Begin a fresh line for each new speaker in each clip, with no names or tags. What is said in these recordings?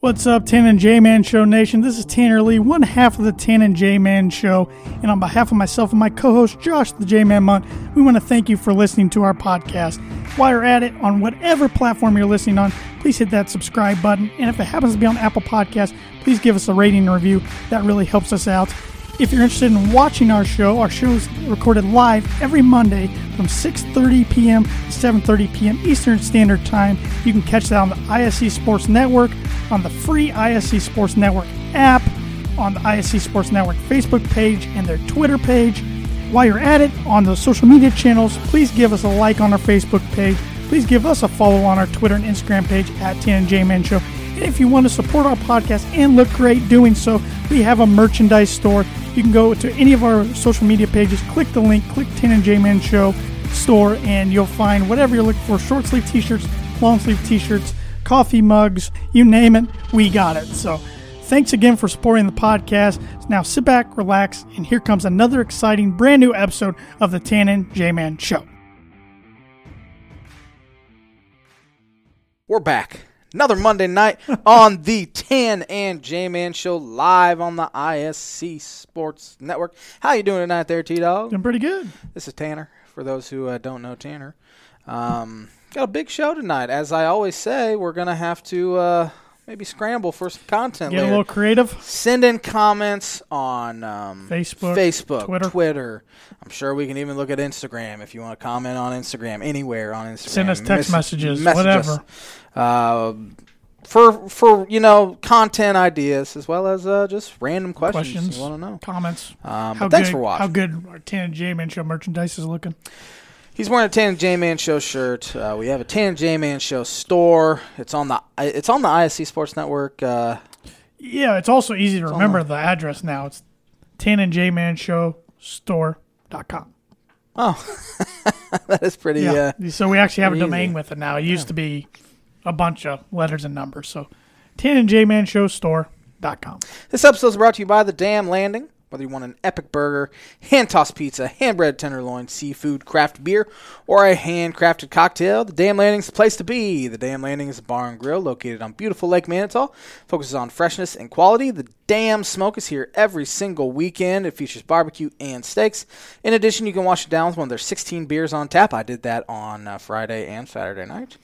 What's up, Tan and J Man Show Nation? This is Tanner Lee, one half of the Tan and J Man Show. And on behalf of myself and my co host, Josh the J Man Munt, we want to thank you for listening to our podcast. While you're at it, on whatever platform you're listening on, please hit that subscribe button. And if it happens to be on Apple Podcasts, please give us a rating and review. That really helps us out. If you're interested in watching our show, our show is recorded live every Monday from 6:30 p.m. to 7:30 p.m. Eastern Standard Time. You can catch that on the ISC Sports Network, on the free ISC Sports Network app, on the ISC Sports Network Facebook page and their Twitter page. While you're at it, on those social media channels, please give us a like on our Facebook page. Please give us a follow on our Twitter and Instagram page at TNJ Man Show. And if you want to support our podcast and look great doing so, we have a merchandise store. You can go to any of our social media pages, click the link, click Tan and J Man Show store, and you'll find whatever you're looking for short sleeve t shirts, long sleeve t shirts, coffee mugs, you name it, we got it. So thanks again for supporting the podcast. Now sit back, relax, and here comes another exciting brand new episode of the Tan and J Man Show.
We're back. Another Monday night on the Tan and J Man Show live on the ISC Sports Network. How you doing tonight, there, T Dog?
Doing pretty good.
This is Tanner. For those who uh, don't know Tanner, um, got a big show tonight. As I always say, we're gonna have to uh, maybe scramble for some content.
Get a
later.
little creative.
Send in comments on um,
Facebook,
Facebook,
Twitter.
I'm sure we can even look at Instagram if you want to comment on Instagram anywhere on Instagram.
Send us text messages,
message us.
whatever.
Uh, for for you know content ideas as well as uh, just random questions,
Questions,
you want to know.
comments.
Um, but thanks
good,
for watching.
How good our Tan and J Man Show merchandise is looking.
He's wearing a Tan J Man Show shirt. Uh, we have a Tan J Man Show store. It's on the it's on the ISC Sports Network. Uh,
Yeah, it's also easy to remember the address now. It's Tan and J Man Show Store.com.
oh, that is pretty.
Yeah.
Uh,
so we actually have a
pretty
domain
easy.
with it now. It used to be a bunch of letters and numbers. So Tan and J Man Show Store.com.
This episode is brought to you by The Dam Landing. Whether you want an epic burger, hand tossed pizza, hand bread tenderloin, seafood, craft beer, or a handcrafted cocktail, The Dam Landing's the place to be. The Dam Landing is a bar and grill located on beautiful Lake Manitow, focuses on freshness and quality. The Dam Smoke is here every single weekend. It features barbecue and steaks. In addition, you can wash it down with one of their 16 beers on tap. I did that on uh, Friday and Saturday night.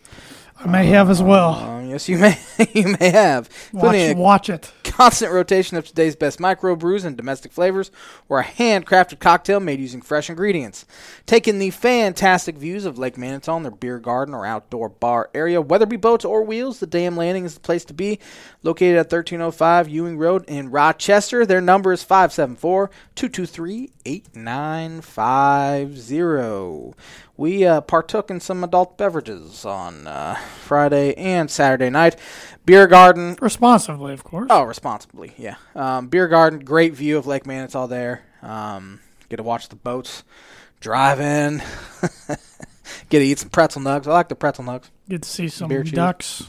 I may have as well.
Um, yes, you may you may have. Including
Watch, watch
a
it.
constant rotation of today's best micro brews and domestic flavors, or a handcrafted cocktail made using fresh ingredients. Take in the fantastic views of Lake Manitou in their beer garden or outdoor bar area, whether it be boats or wheels, the Dam Landing is the place to be. Located at 1305 Ewing Road in Rochester, their number is 574 223 8950. We uh, partook in some adult beverages on uh, Friday and Saturday night. Beer garden
Responsively, of course.
Oh, responsibly, yeah. Um, beer garden, great view of Lake Manitou there. Um, get to watch the boats drive in. get to eat some pretzel nugs. I like the pretzel nugs.
Good to see some
Beer cheese.
ducks.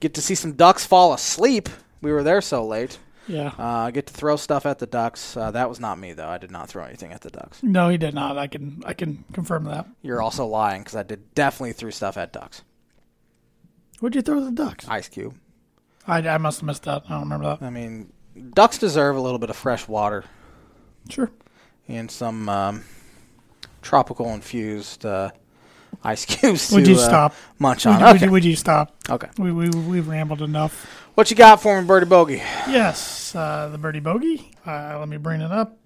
Get to see some ducks fall asleep. We were there so late.
Yeah.
Uh, get to throw stuff at the ducks. Uh, that was not me though. I did not throw anything at the ducks.
no, he did not. I can I can confirm that.
You're also lying because I did definitely threw stuff at ducks.
What'd you throw the ducks?
Ice cube.
I, I must have missed that. I don't remember that.
I mean, ducks deserve a little bit of fresh water
Sure.
and some um, tropical infused uh, ice cubes.
Would
to,
you
uh,
stop?
Munch
Would
on.
you, would,
Okay.
you, would you stop?
okay.
We, we, we rambled enough.
What you got for me, Birdie Bogey?
Yes, uh, the birdie bogey. Uh, let me bring it up.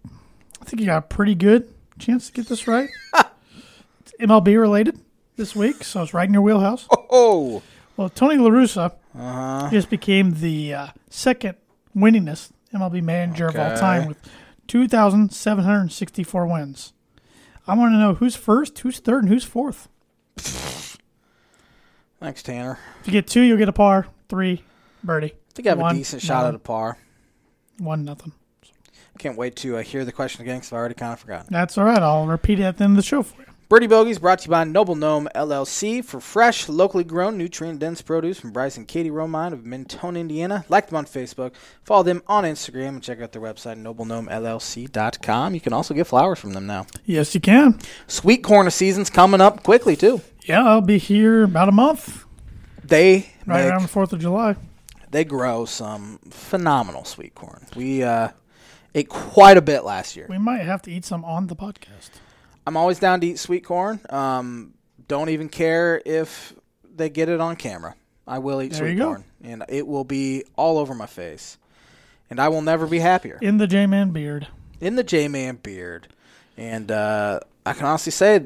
I think you got a pretty good chance to get this right. it's MLB related this week, so it's right in your wheelhouse.
Oh,
Well, Tony La Russa
Uh-huh.
just became the uh, second winningest MLB manager of all
Okay.
time with 2,764 wins. I want to know who's first, who's third, and who's fourth.
thanks, Tanner.
If you get two, you'll get a par. Three, birdie.
I think I have
One,
a decent shot at
nothing.
a par.
One nothing.
Can't wait to uh, hear the question again because I already kind of forgotten.
That's all right. I'll repeat it at the end of the show for you.
Birdie Bogies brought to you by Noble Gnome LLC for fresh, locally grown, nutrient dense produce from Bryce and Katie Romine of Mentone, Indiana. Like them on Facebook, follow them on Instagram, and check out their website, noblegnomellc.com. You can also get flowers from them now.
Yes, you can.
Sweet corn season's coming up quickly, too.
Yeah, I'll be here about a month,
They
right
make
around the Fourth of July.
They grow some phenomenal sweet corn. We uh, ate quite a bit last year.
We might have to eat some on the podcast.
I'm always down to eat sweet corn. Um, don't even care if they get it on camera. I will eat
There you
sweet
go.
corn, and it will be all over my face, and I will never be happier
In the J Man beard.
in the J-Man beard, and uh, I can honestly say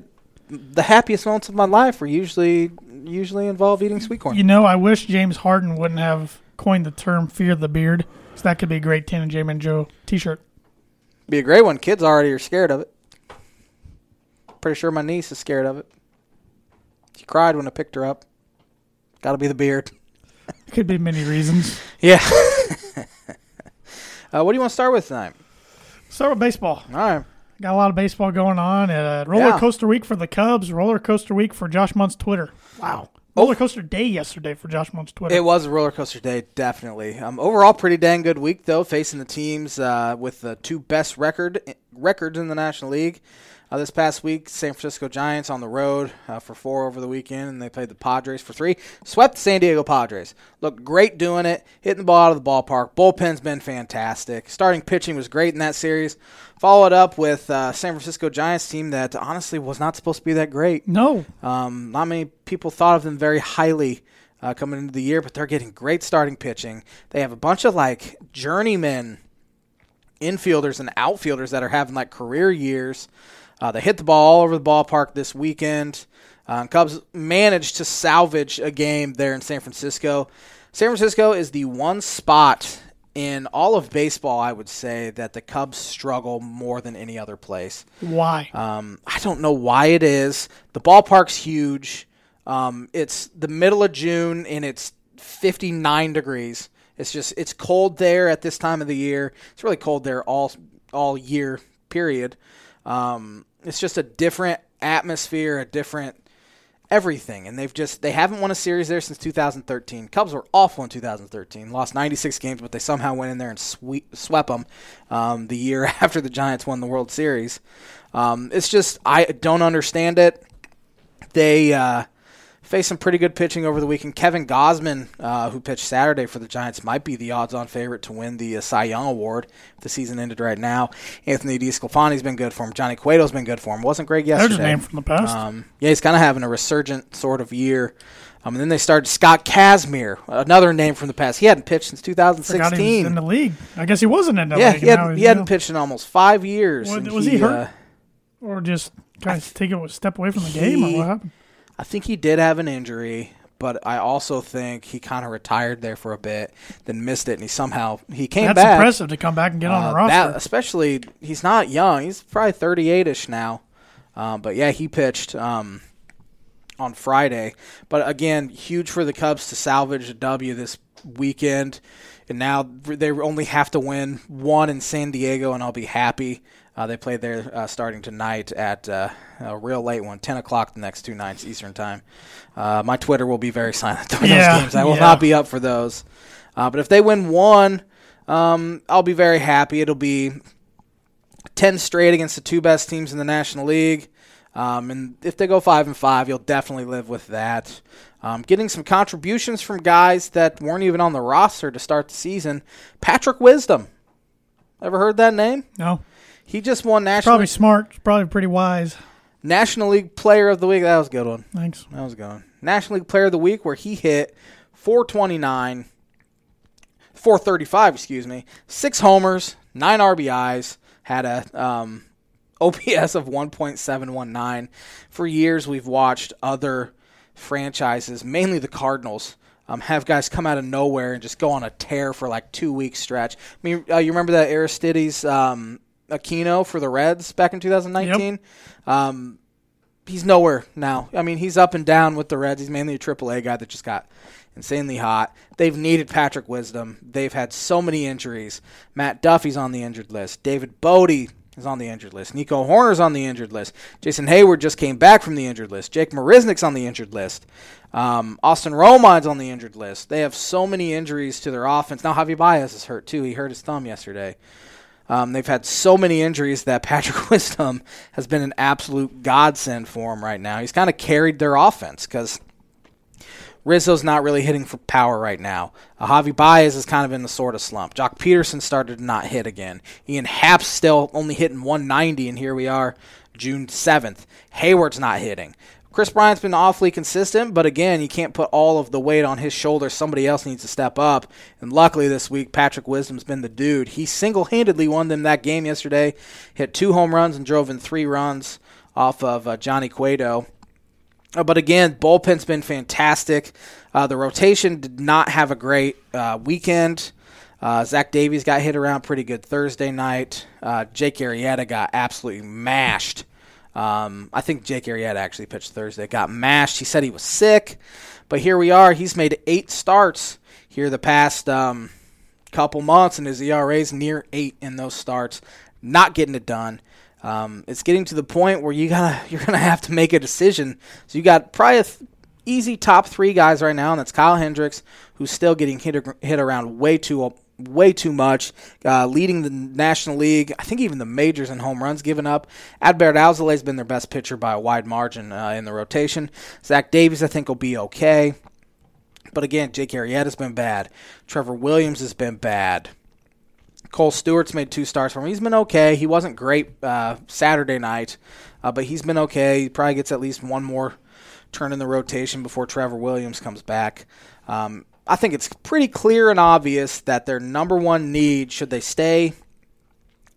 the happiest moments of my life were usually usually involve eating sweet corn.
You know, I wish James Harden wouldn't have coined the term fear the beard. So that could be a great Tan and J Man Joe t shirt.
Be a great one. Kids already are scared of it. Pretty sure my niece is scared of it. She cried when I picked her up. Got to be the beard.
It could be many reasons.
Yeah. uh, what do you want to start with tonight?
Start with baseball.
All right.
Got a lot of baseball going on. Uh, roller
Yeah.
coaster week for the Cubs. Roller coaster week for Josh Munt's Twitter. Wow. Roller coaster day yesterday for Josh Munt's Twitter.
It was a roller coaster day, definitely. Um, overall, pretty dang good week though, facing the teams uh, with the two best record records in the National League. Uh, this past week, San Francisco Giants on the road uh, for four over the weekend, and they played the Padres for three. Swept the San Diego Padres. Looked great doing it, hitting the ball out of the ballpark. Bullpen's been fantastic. Starting pitching was great in that series. Followed up with uh, San Francisco Giants team that honestly was not supposed to be that great.
no.
Um, not many people thought of them very highly uh, coming into the year, but they're getting great starting pitching. They have a bunch of like journeymen infielders and outfielders that are having like career years. Uh, they hit the ball all over the ballpark this weekend. Uh, Cubs managed to salvage a game there in San Francisco. San Francisco is the one spot in all of baseball, I would say, that the Cubs struggle more than any other place.
Why?
Um, I don't know why it is. The ballpark's huge. Um, it's the middle of June and it's 59 degrees. It's just it's cold there at this time of the year. It's really cold there all all year period. Um, it's just a different atmosphere, a different everything and they've just they haven't won a series there since 2013 cubs were awful in 2013 lost 96 games but they somehow went in there and sweep, swept them um, the year after the giants won the world series um, it's just i don't understand it they uh, faced some pretty good pitching over the weekend. Kevin Gosman, uh, who pitched Saturday for the Giants, might be the odds-on favorite to win the uh, Cy Young Award if the season ended right now. Anthony DiScalfani's been good for him. Johnny Cueto's been good for him. Wasn't great
There's
yesterday.
a name from the past.
Um, yeah, he's kind of having a resurgent sort of year. Um, and then they started Scott Kazmir, another name from the past. He hadn't pitched since
Forgot he was
2016.
in the league. I guess he wasn't in the
yeah,
league.
he,
and now
had,
he's,
he
you
hadn't
know,
pitched in almost five years.
What-
and
was he hurt?
uh,
or just kind of take a step away from the game or
he-
what happened?
I think he did have an injury, but I also think he kind of retired there for a bit, then missed it, and he somehow he came
That's
back.
impressive to come back and get on the
Uh,
roster.
That, especially, he's not young. He's probably 38 ish now. Um, but yeah, he pitched um, on Friday. But again, huge for the Cubs to salvage a W this weekend. And now they only have to win one in San Diego, and I'll be happy. Uh, they play there uh, starting tonight at uh, a real late one, 10 o'clock the next two nights Eastern time. Uh, my Twitter will be very silent during
Yeah,
those games. I will
yeah.
not be up for those. Uh, but if they win one, um, I'll be very happy. It'll be 10 straight against the two best teams in the National League. Um, and if they go 5 and 5, you'll definitely live with that. Um, getting some contributions from guys that weren't even on the roster to start the season. Patrick Wisdom. Ever heard that name?
no.
He just won National,
Probably smart. Probably pretty wise.
National League Player of the Week. That was a good one.
Thanks.
That was a good one. National League Player of the Week, where he hit 429, 435, excuse me, six homers, nine RBIs, had a um, OPS of 1.719. For years, we've watched other franchises, mainly the Cardinals. Um, have guys come out of nowhere and just go on a tear for like two week stretch. I mean, uh, you remember that Aristides um, Aquino for the Reds back in 2019? Um, he's nowhere now. I mean, he's up and down with the Reds. He's mainly a AAA guy that just got insanely hot. They've needed Patrick Wisdom. They've had so many injuries. Matt Duffy's on the injured list. David Bodie is on the injured list. Nico Horner's on the injured list. Jason Hayward just came back from the injured list. Jake Marisnik's on the injured list. Um, Austin Romine's on the injured list. They have so many injuries to their offense. Now Javi Baez is hurt too. He hurt his thumb yesterday. Um, they've had so many injuries that Patrick Wisdom has been an absolute godsend for him right now. He's kind of carried their offense because Rizzo's not really hitting for power right now. Uh, Javi Baez is kind of in the sort of slump. Jock Peterson started to not hit again. Ian Happ's still only hitting 190, and here we are, June 7th. Hayward's not hitting. Chris Bryant's been awfully consistent, but again, you can't put all of the weight on his shoulders. Somebody else needs to step up. And luckily this week, Patrick Wisdom's been the dude. He single handedly won them that game yesterday, hit two home runs and drove in three runs off of uh, Johnny Cueto. Uh, But again, bullpen's been fantastic. Uh, the rotation did not have a great uh, weekend. Uh, Zach Davies got hit around pretty good Thursday night. Uh, Jake Arrieta got absolutely mashed. Um, I think Jake Arrieta actually pitched Thursday. Got mashed. He said he was sick, but here we are. He's made eight starts here the past um, couple months, and his E ERA's near eight in those starts. Not getting it done. Um, it's getting to the point where you gotta you're gonna have to make a decision. So you got probably a th- easy top three guys right now, and that's Kyle Hendricks, who's still getting hit ar- hit around way too way too much, uh, leading the National League. I think even the majors in home runs given up. Adbert Alzolay has been their best pitcher by a wide margin uh, in the rotation. Zach Davies, I think, will be okay. But again, Jake Arrieta's been bad. Trevor Williams has been bad. Cole Stewart's made two starts for him. He's been okay. He wasn't great uh, Saturday night, uh, but he's been okay. He probably gets at least one more turn in the rotation before Trevor Williams comes back. Um, I think it's pretty clear and obvious that their number one need, should they stay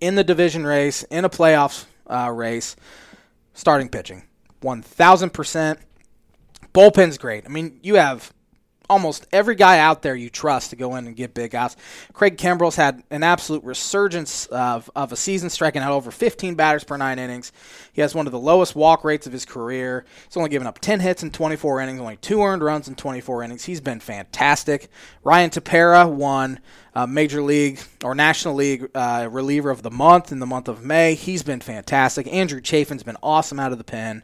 in the division race, in a playoff uh, race, starting pitching. 1,000%. Bullpen's great. I mean, you have almost every guy out there you trust to go in and get big outs. Craig Kimbrell's had an absolute resurgence of, of a season, striking out over 15 batters per nine innings. He has one of the lowest walk rates of his career. He's only given up 10 hits in 24 innings, only two earned runs in 24 innings. He's been fantastic. Ryan Tapera won uh, Major League or National League uh, reliever of the month in the month of May. He's been fantastic. Andrew Chafin's been awesome out of the pen.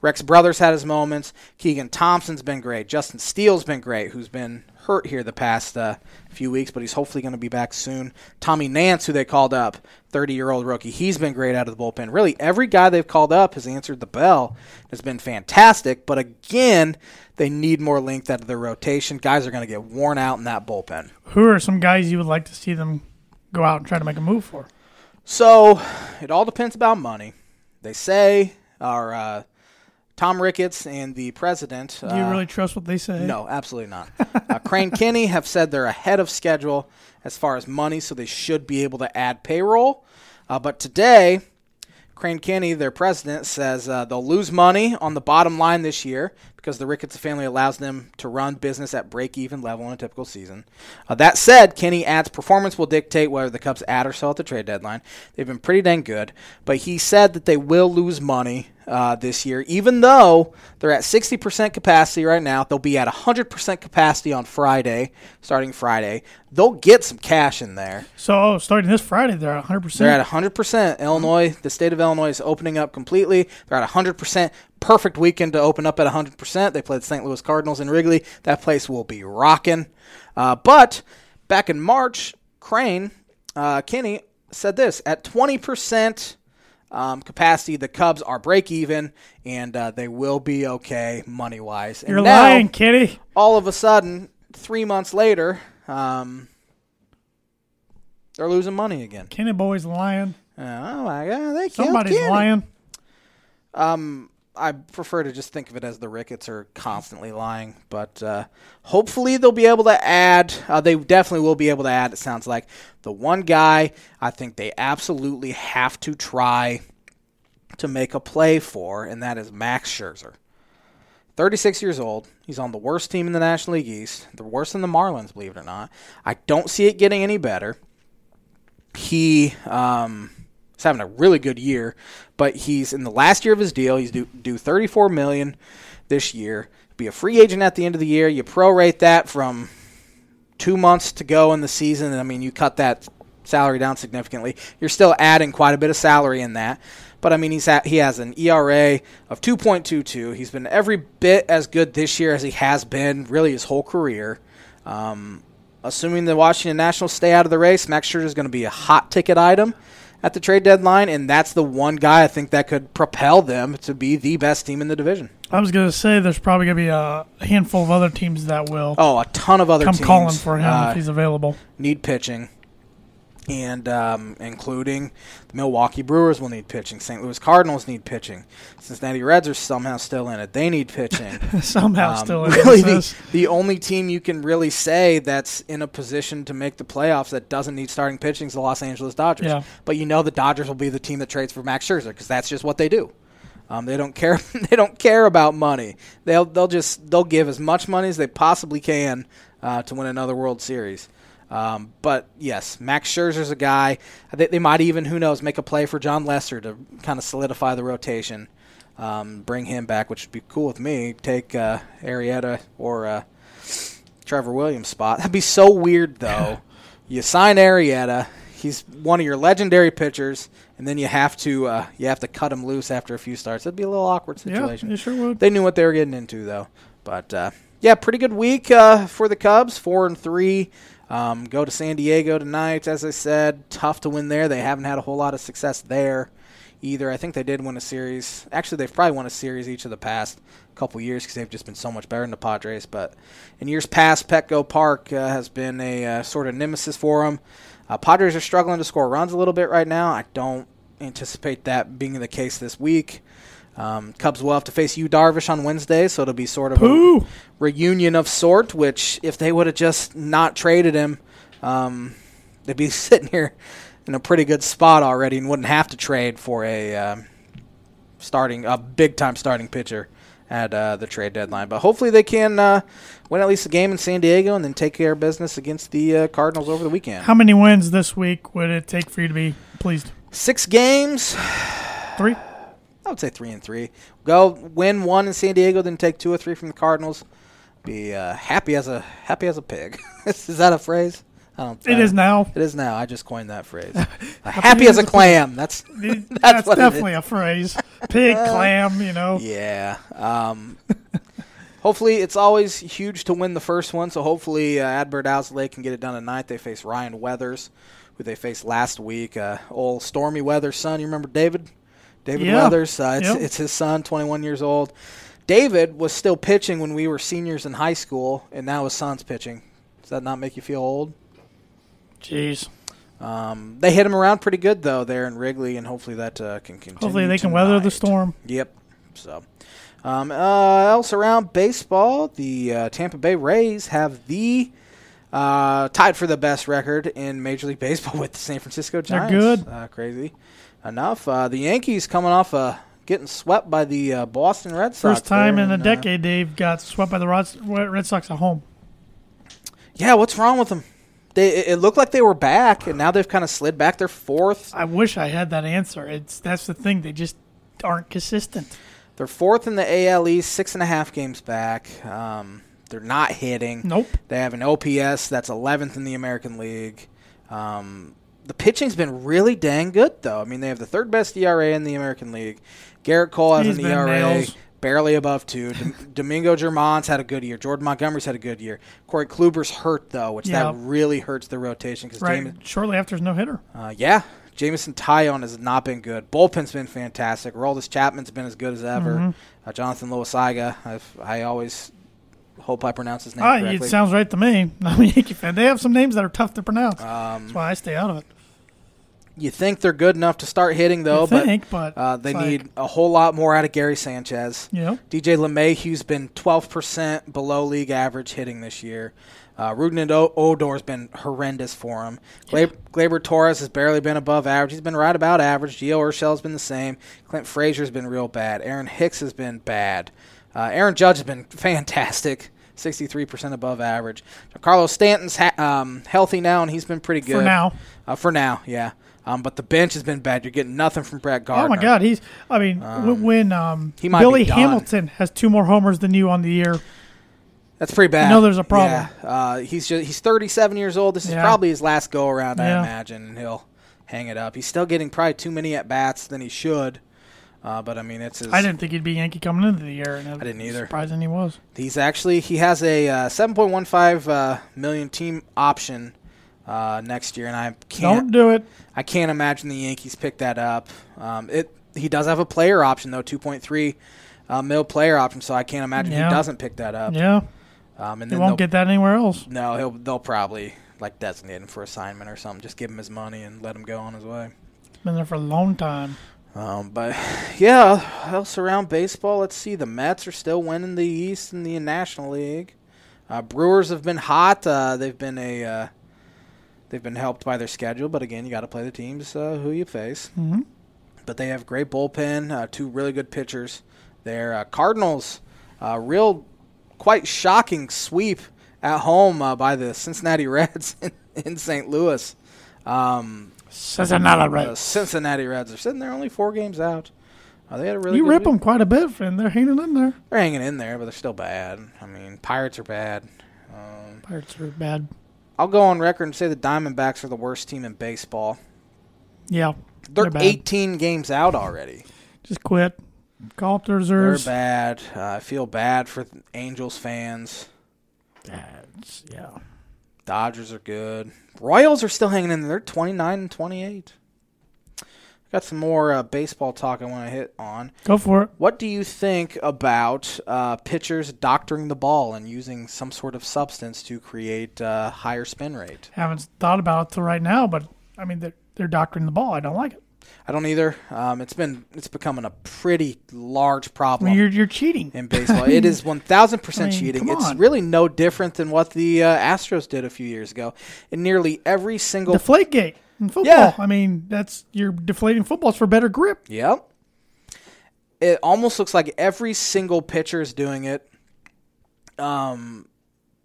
Rex Brothers had his moments. Keegan Thompson's been great. Justin Steele's been great, who's been hurt here the past uh, few weeks, but he's hopefully going to be back soon. Tommy Nance, who they called up, 30 year old rookie, he's been great out of the bullpen. Really, every guy they've called up has answered the bell, has been fantastic, but again, they need more length out of their rotation. Guys are going to get worn out in that bullpen.
Who are some guys you would like to see them go out and try to make a move for?
So it all depends about money. They say our uh, Tom Ricketts and the president.
Do you really trust what they say?
Uh, No, absolutely not. uh, Crane Kinney have said they're ahead of schedule as far as money, so they should be able to add payroll. Uh, but today, Crane Kinney, their president, says uh, they'll lose money on the bottom line this year because the Ricketts family allows them to run business at break even level in a typical season. Uh, that said, Kinney adds performance will dictate whether the Cubs add or sell at the trade deadline. They've been pretty dang good, but he said that they will lose money uh, this year, even though they're at 60% capacity right now. They'll be at 100% capacity on Friday, starting Friday. They'll get some cash in there.
So, oh, starting this Friday, they're at 100%.
They're at 100%.
Mm-hmm.
Illinois, the state of Illinois is opening up completely. They're at 100%. Perfect weekend to open up at 100%. They played the St. Louis Cardinals in Wrigley. That place will be rocking. Uh, but back in March, Crane, uh, Kenny said this at 20%. Um, capacity. The Cubs are break even, and uh, they will be okay money wise.
You're lying, Kitty.
all of a sudden, three months later, um, they're losing money again.
Kenny Boy's lying.
Oh my god, they killed
Somebody's
Kenny.
lying.
Um, I prefer to just think of it as the Ricketts are constantly lying, but uh, hopefully they'll be able to add. Uh, they definitely will be able to add. It sounds like the one guy I think they absolutely have to try to make a play for, and that is Max Scherzer. 36 years old. He's on the worst team in the National League East, the worst than the Marlins, believe it or not. I don't see it getting any better he um, is having a really good year, but he's in the last year of his deal. He's due, due 34 million this year. Be a free agent at the end of the year. You prorate that from two months to go in the season, and I mean you cut that salary down significantly. You're still adding quite a bit of salary in that, but I mean he's at, he has an ERA of 2.22. He's been every bit as good this year as he has been really his whole career. Um, assuming the Washington Nationals stay out of the race, Max Scherzer is going to be a hot ticket item at the trade deadline, and that's the one guy I think that could propel them to be the best team in the division.
I was going to say there's probably going to be a handful of other teams that will
Oh, a ton of other
come
teams
calling for him
uh,
if he's available.
need pitching, and um, including the Milwaukee Brewers will need pitching. St. Louis Cardinals need pitching. Cincinnati Reds are somehow still in it. They need pitching.
Somehow
Um,
still in
really the,
this.
the only team you can really say that's in a position to make the playoffs that doesn't need starting pitching is the Los Angeles Dodgers.
Yeah.
But you know the Dodgers will be the team that trades for Max Scherzer because that's just what they do. Um, they don't care. they don't care about money. They'll they'll just they'll give as much money as they possibly can uh, to win another World Series. Um, but yes, Max Scherzer's a guy. I think they might even, who knows, make a play for John Lester to kind of solidify the rotation. Um, bring him back, which would be cool with me. Take uh, Arietta or uh, Trevor Williams spot. That'd be so weird, though. you sign Arietta, he's one of your legendary pitchers, and then you have to uh, you have to cut him loose after a few starts. That'd be a little awkward situation.
Yeah, it sure would.
Mm-hmm. They knew what they were getting into, though. But uh, yeah, pretty good week uh, for the Cubs. Four and three. Um, go to San Diego tonight, as I said. Tough to win there. They haven't had a whole lot of success there either. I think they did win a series. Actually, they've probably won a series each of the past couple years because they've just been so much better than the Padres. But in years past, Petco Park uh, has been a uh, sort of nemesis for them. Uh, Padres are struggling to score runs a little bit right now. I don't anticipate that being the case this week. Um, Cubs will have to face you Darvish on Wednesday, so it'll be sort of a
Pooh.
reunion of sort. Which, if they would have just not traded him, um, they'd be sitting here in a pretty good spot already and wouldn't have to trade for a um, starting a big time starting pitcher at uh, the trade deadline. But hopefully, they can uh, win at least a game in San Diego and then take care of business against the uh, Cardinals over the weekend.
How many wins this week would it take for you to be pleased?
Six games.
Three.
I would say three and three. Go win one in San Diego, then take two or three from the Cardinals. Be uh, happy as a happy as a pig. Is that a phrase? I don't.
It is now.
It is now. I just coined that phrase. A happy as a clam. That's
That's,
that's what it is. Uh,
definitely a phrase. Pig, clam, you know.
yeah. Um, hopefully, it's always huge to win the first one. So hopefully, uh, Adbert Ousley can get it done tonight. They face Ryan Weathers, who they faced last week. Uh, old stormy weather son. You remember David? David
Yeah.
Weathers. Uh, it's,
Yep.
it's his son, 21 years old. David was still pitching when we were seniors in high school, and now his son's pitching. Does that not make you feel old?
Jeez.
Um, they hit him around pretty good though there in Wrigley, and hopefully that uh, can continue.
Hopefully they can weather the
tonight.
storm.
Yep. So, um, uh, else around baseball, the uh, Tampa Bay Rays have the uh, tied for the best record in Major League Baseball with the San Francisco
They're
Giants.
good.
Uh, crazy enough. Uh, the Yankees coming off uh, getting swept by the uh, Boston Red Sox.
First time
there
in a
and, uh,
decade they've got swept by the Rod- Red Sox at home.
yeah, what's wrong with them? They, it- it looked like they were back, and now they've kind of slid back. They're fourth.
I wish I had that answer. It's that's the thing. They just aren't consistent.
They're fourth in the AL East, six and a half games back. Um, they're not hitting.
Nope.
They have an OPS that's 11th in the American League. Um, the pitching's been really dang good, though. I mean, they have the third best ERA in the American League. Garrett Cole has
He's
an
been
ERA
nails.
barely above two. Dom- Domingo Germán's had a good year. Jordan Montgomery's had a good year. Corey Kluber's hurt though, which
Yeah.
that really hurts the rotation because
Right. Shortly after, there's no hitter.
uh, yeah, Jamison Tyone has not been good. Bullpen's been fantastic. Roldis Chapman's been as good as ever.
Mm-hmm.
Uh, Jonathan Loisaga, I've, I always hope I pronounce his name
Ah, it
correctly.
sounds right to me. I'm a Yankee fan. They have some names that are tough to pronounce.
Um,
That's why I stay out of it.
you think they're good enough to start hitting though,
I think, but,
but uh, they
it's like,
need a whole lot more out of Gary Sanchez.
you know
DJ LeMahieu's been 12% below league average hitting this year. Uh, Rudin and o- Odor's been horrendous for him. Gla- Glaber Torres has barely been above average. He's been right about average. Gio Urshell's been the same. Clint Frazier's been real bad. Aaron Hicks has been bad. Uh, Aaron Judge has been fantastic, 63% above average. Carlos Stanton's ha- um, healthy now, and he's been pretty good.
for now.
Uh, for now, yeah. Um, but the bench has been bad. You're getting nothing from Brett Gardner.
Oh my God, he's. I mean, when- when um,
Uh, he might
Billy
be done.
Hamilton has two more homers than you on the year,
That's pretty bad.
know there's a problem.
Yeah. Uh, he's just, he's 37 years old. This is
Yeah.
probably his last go around, I
Yeah.
imagine, and he'll hang it up. He's still getting probably too many at bats than he should. Uh, but I mean, it's his,
I didn't think he'd be Yankee coming into the year. And
I didn't
was
either.
Surprising he was.
He's actually he has a uh, 7.15 uh, million team option uh, next year, and I
Don't
can't
do it.
I can't imagine the Yankees pick that up. Um, it he does have a player option though, 2.3 uh, mill player option, so I can't imagine
Yeah.
he doesn't pick that up.
Yeah,
Um, and
you
then
won't
they'll-
get that anywhere else.
no, he'll they'll probably like designate him for assignment or something. Just give him his money and let him go on his way.
Been there for a long time.
Um, but yeah, else around baseball, let's see. The Mets are still winning the East in the National League. Uh, Brewers have been hot. Uh, they've been a uh, they've been helped by their schedule, but again, you got to play the teams uh, who you face.
hmm
But they have great bullpen, uh, two really good pitchers. Their uh, Cardinals, uh, real quite shocking sweep at home uh, by the Cincinnati Reds in, in St. Louis. Um,
Says another
the
right.
Uh, Cincinnati Reds are sitting there only four games out. Uh, they had a really
You
good
rip
week.
them quite a bit, friend. They're hanging in there.
They're hanging in there, but they're still bad. I mean, Pirates are bad. Um,
Pirates are bad.
I'll go on record and say the Diamondbacks are the worst team in baseball.
Yeah,
They're,
They're bad.
18 games out already.
just quit. Call up the
They're
reserves.
bad. Uh, I feel bad for the Angels fans.
That's- yeah.
Dodgers are good. Royals are still hanging in there. They're 29 and 28. Got some more uh, baseball talk I want to hit on.
Go for it.
What do you think about uh, pitchers doctoring the ball and using some sort of substance to create uh, higher spin rate?
Haven't thought about it till right now, but I mean, they're, they're doctoring the ball. I don't like it.
I don't either. Um, it's been it's becoming a pretty large
I
problem
mean, you're, you're cheating.
in baseball. it is one thousand
I
percent
mean,
cheating.
come
It's
on.
really no different than what the uh, Astros did a few years ago. In nearly every single
Deflate gate in football.
Yeah.
I mean, that's you're deflating footballs for better grip.
Yep. It almost looks like every single pitcher is doing it. Um,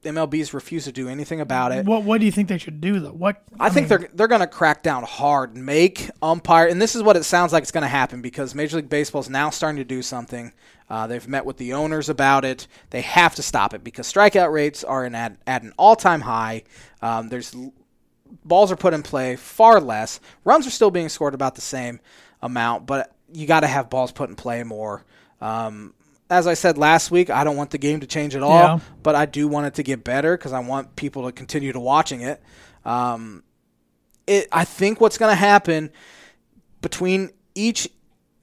MLB's refused to do anything about it.
What What do you think they should do though? What
I, think
mean,
they're they're going to crack down hard, make umpire, and this is what it sounds like it's going to happen because Major League Baseball is now starting to do something. Uh, they've met with the owners about it. They have to stop it because strikeout rates are in at, at an all time high. Um, there's l- balls are put in play far less. Runs are still being scored about the same amount, but you got to have balls put in play more. Um, as I said last week, I don't want the game to change at all,
Yeah.
but I do want it to get better because I want people to continue to watching it. Um, it I think what's going to happen between each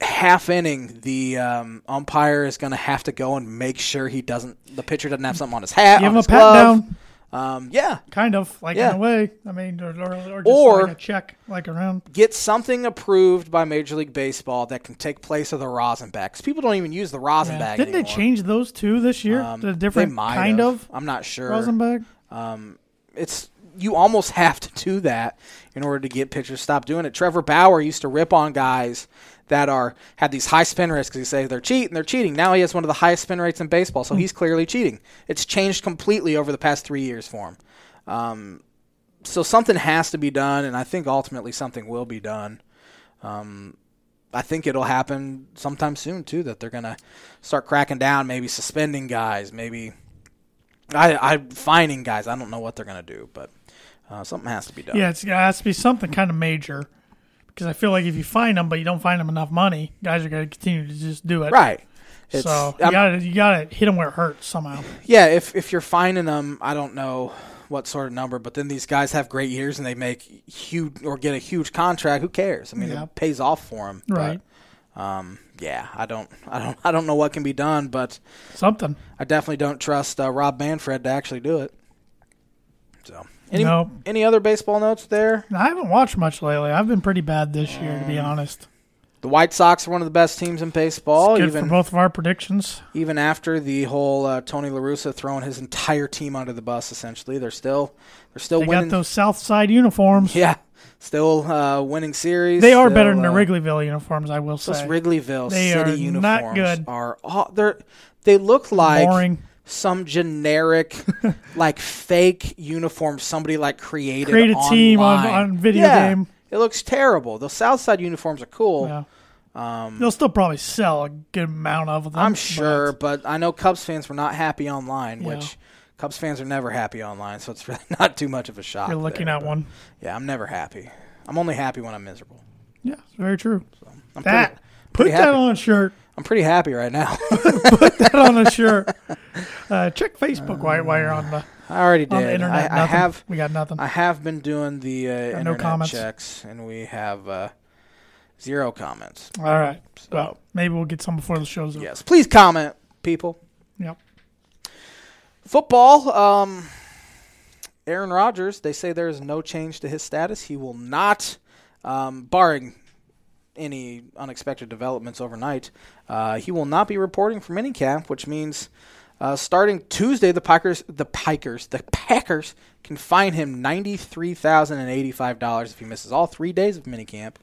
half inning, the um, umpire is going to have to go and make sure he doesn't, the pitcher doesn't have something on his hat,
Give
on
him a
his
pat
glove.
down,
Um, yeah,
kind of like
Yeah.
in a way. I mean, or, or, or just
Or-
like a check, like around.
get something approved by Major League Baseball that can take place of the rosin bag. 'Cause people don't even use the rosin
Yeah.
bag
Didn't
anymore.
they change those two this year?
Um,
the
they
different
might
kind
have.
of
I'm not sure.
Rosenberg.
Um, it's you almost have to do that in order to get pitchers to stop doing it. Trevor Bauer used to rip on guys that are had these high spin rates because he says they're cheating, they're cheating. Now he has one of the highest spin rates in baseball, so he's clearly cheating. It's changed completely over the past three years for him. Um, so something has to be done, and I think ultimately something will be done. Um, I think it'll happen sometime soon too that they're gonna start cracking down, maybe suspending guys, maybe I, I finding guys. I don't know what they're gonna do, but uh, something has to be done.
Yeah, it's, it has to be something kind of major because I feel like if you find them, but you don't find them enough money, guys are going to continue to just do it.
Right. It's,
so you
I'm-
got to you got to hit them where it hurts somehow.
yeah, if if you're finding them, I don't know what sort of number, but then these guys have great years and they make huge or get a huge contract. Who cares? I mean,
Yeah.
it pays off for them.
Right.
um, yeah, I don't, I don't, I don't know what can be done, but
Something.
I definitely don't trust uh, Rob Manfred to actually do it. So, any
No.
any other baseball notes there?
And I haven't watched much lately. I've been pretty bad this year, to be honest.
The White Sox are one of the best teams in baseball,
Good
even
for both of our predictions.
even after the whole uh, Tony La Russa throwing his entire team under the bus. Essentially, they're still they're still
They
winning.
got those South Side uniforms.
yeah, still uh, winning series.
They are
still,
better than the
uh,
Wrigleyville uniforms, I will
Those
say.
Wrigleyville
They
City
are
uniforms
not good.
are all they're they look like
Boring.
some generic like fake uniform somebody like created
Create a team on,
online.
on video
Yeah.
game.
It looks terrible. The South Side uniforms are cool.
Yeah.
Um,
They'll still probably sell a good amount of them.
I'm
but-
sure, but I know Cubs fans were not happy online,
Yeah.
which Cubs fans are never happy online, so it's really not too much of a shock.
You're looking
there,
at
but-
one.
Yeah, I'm never happy. I'm only happy when I'm miserable.
Yeah, it's very true.
I'm
that.
pretty,
put
pretty
that
happy.
on a shirt.
I'm pretty happy right now.
Put that on a shirt. Uh, check Facebook while, while you're on the,
I already did.
on the internet.
I, I
Nothing.
have
we got nothing.
I have been doing the uh,
no
internet
comments.
checks, and we have uh, Zero comments.
All right. Well, maybe we'll get some before the show's over.
Yes, please comment, people.
Yep.
Football. Um, Aaron Rodgers. They say there is no change to his status. He will not, um, barring any unexpected developments overnight, uh, he will not be reporting for minicamp, which means. Uh, starting Tuesday, the Packers, the Pikers, the Packers can fine him ninety-three thousand and eighty-five dollars if he misses all three days of minicamp.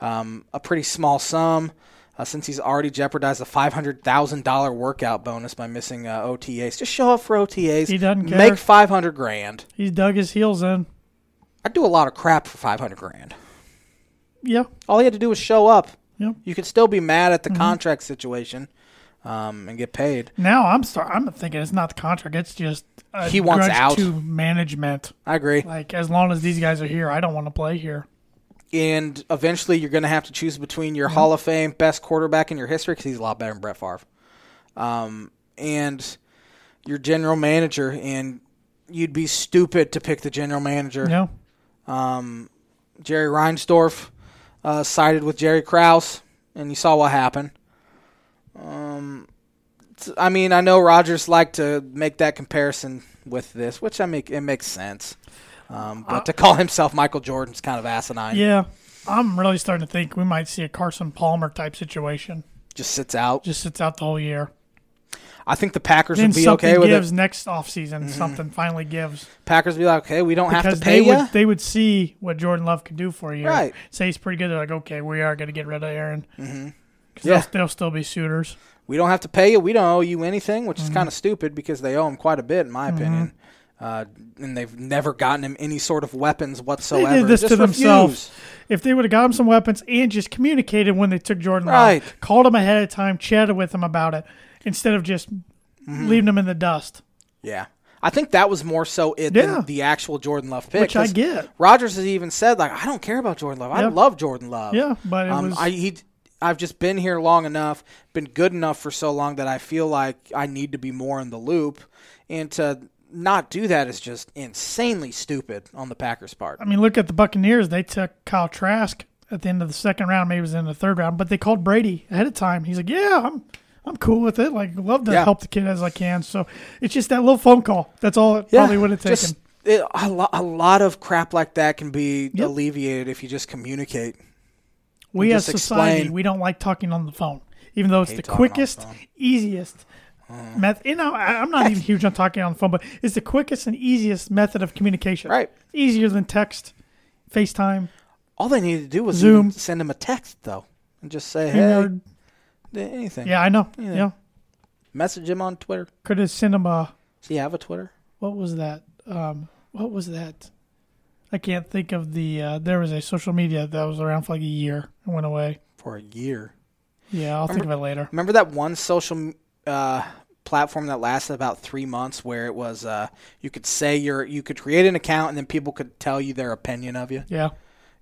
Um, a pretty small sum, uh, since he's already jeopardized a five hundred thousand dollar workout bonus by missing uh, OTAs. Just show up for OTAs.
He doesn't care.
Make five hundred grand.
He's dug his heels in.
I do a lot of crap for five hundred grand.
Yeah.
All he had to do was show up.
Yep.
You could still be mad at the contract situation, um, and get paid.
Now I'm start. I'm thinking it's not the contract. It's just a
He wants
grudge
out.
to management.
I agree.
Like as long as these guys are here, I don't want to play here.
and eventually you're going to have to choose between your Hall of Fame best quarterback in your history because he's a lot better than Brett Favre, um, and your general manager. And you'd be stupid to pick the general manager.
No.
Um, Jerry Reinsdorf uh, sided with Jerry Krause, and you saw what happened. Um, it's- I mean, I know Rogers liked to make that comparison with this, which I make it makes sense. Um, but to call himself Michael Jordan's kind of asinine.
Uh, Yeah. I'm really starting to think we might see a Carson Palmer type situation.
Just sits out.
Just sits out the whole year.
I think the Packers
Then
would be
something
okay with
gives
it.
next offseason. Something finally gives
Packers would be like, okay, we don't have
because
to pay
they
you.
would they would see what Jordan Love could do for you.
Right.
Say he's pretty good. They're like, okay, we are going to get rid of Aaron. Mm-hmm.
Yeah.
They'll, they'll still be suitors.
We don't have to pay you. We don't owe you anything, which
Mm-hmm.
is kind of stupid because they owe him quite a bit, in my opinion. Uh, and they've never gotten him any sort of weapons whatsoever.
They did this
Just
to themselves.
refuse.
If they would have got him some weapons and just communicated when they took Jordan
Right.
Love, called him ahead of time, chatted with him about it, instead of just
Mm-hmm.
leaving him in the dust.
Yeah. I think that was more so it
Yeah.
than the actual Jordan Love pick.
Which I
'cause
get.
Rodgers has even said, like, I don't care about Jordan Love. I
Yeah.
love Jordan Love.
Yeah, but it
um,
was-
I, he, I've just been here long enough, been good enough for so long that I feel like I need to be more in the loop. And to not do that is just insanely stupid on the Packers' part.
I mean, look at the Buccaneers. They took Kyle Trask at the end of the second round. Maybe it was in the third round, but they called Brady ahead of time. He's like, "Yeah, I'm, I'm cool with it. Like, love to
Yeah.
help the kid as I can." So it's just that little phone call. That's all it probably would have taken.
just- it- a, lo- a lot of crap like that can be
Yep.
alleviated if you just communicate.
we as
just
society,
explain-
we don't like talking on the phone, even though it's
Hate
the
talking on the
quickest,
phone. Uh.
easiest. Method, you know, I, I'm not even huge on talking on the phone, but it's the quickest and easiest method of communication.
Right.
easier than text, FaceTime,
All they need to do was
Zoom.
even send him a text, though, and just say, hey,
Hangout.
anything.
Yeah, I know.
Yeah.
yeah.
Message him on Twitter.
could have sent him a
Does he have a Twitter?
what was that? Um, what was that? I can't think of the. Uh, there was a social media that was around for like a year and went away.
For a year.
Yeah, I'll think of it later.
Remember that one social uh, platform that lasted about three months where it was uh, you could say your you could create an account and then people could tell you their opinion of you.
Yeah,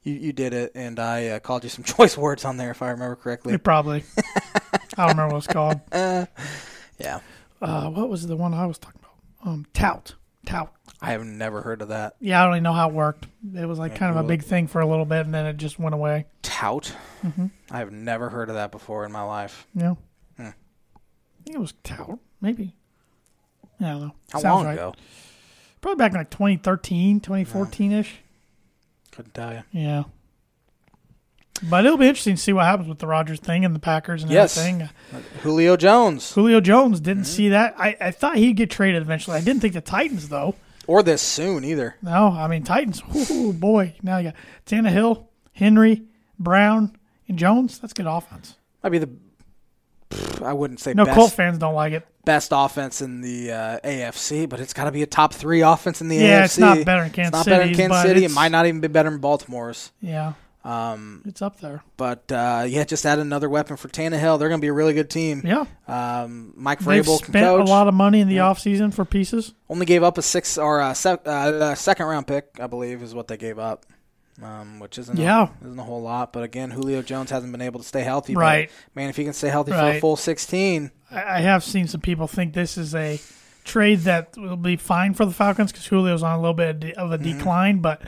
You, you did it, and I uh, called you some choice words on there if I remember correctly.
it probably. I don't remember what it's called.
Yeah,
Uh, what was the one I was talking about? Um, tout, tout.
I have never heard of that.
Yeah, I don't even know how it worked. It was like kind of a
well-
big thing for a little bit, and then it just went away. Mm-hmm.
Tout. I have never heard of that before in my life.
You know? I think it was tout, maybe. I don't know.
How
Sounds
long
right.
ago?
Probably back in like 2013, 2014 ish.
Couldn't tell you.
Yeah. But it'll be interesting to see what happens with the Rogers thing and the Packers and
Yes. Mm-hmm.
everything.
Julio Jones
Julio Jones didn't see that. I, I thought he'd get traded eventually. I didn't think the Titans though.
or this soon either.
No, I mean Titans. Ooh boy, now you got Tannehill, Henry, Brown, and Jones. That's good offense.
Might be the. pff, I wouldn't say
No,
best
Colt fans don't like it.
best offense in the uh, AFC, but it's got to be a top three offense in the AFC.
Yeah, it's not better than Kansas
It's not better than
City's,
Kansas
but
City. It
it's-
might not even be better than Baltimore's.
Yeah. Um, it's up there.
But uh, yeah, just add another weapon for Tannehill. They're going to be a really good team.
Yeah.
Um, Mike
They've
Vrabel can
spent a
Hmm. coach.
lot of money in the off offseason for pieces.
Only gave up a six or a sec, uh, uh, second round pick, I believe, is what they gave up. Um, which isn't
Yeah.
a, isn't a whole lot, but again, Julio Jones hasn't been able to stay healthy. but,
Right.
man. If he can stay healthy for a
Right.
full sixteen,
I I have seen some people think this is a
Mm-hmm.
trade that will be fine for the Falcons because Julio's on a little bit of a decline, but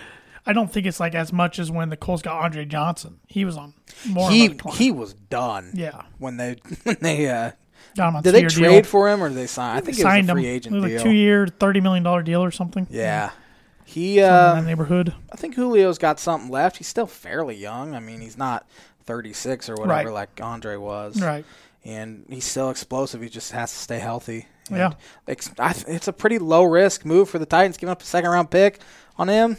I don't think it's like as much as when the Colts got Andre Johnson. He was on more. of a
He
decline.
he was done.
Yeah.
when they when they uh,
got him on
did they
two-year
trade
deal.
for him or did they sign? I think it was a
signed
free
him.
agent
It was like
deal.
two year, thirty million dollar deal or something.
yeah,
Something
he.
in
Uh,
that neighborhood.
I think Julio's got something left. He's still fairly young. I mean, he's not 36 or whatever
Right.
like Andre was.
Right.
and he's still explosive. He just has to stay healthy. And
Yeah.
ex- I th- it's a pretty low risk move for the Titans, giving up a second round pick on him.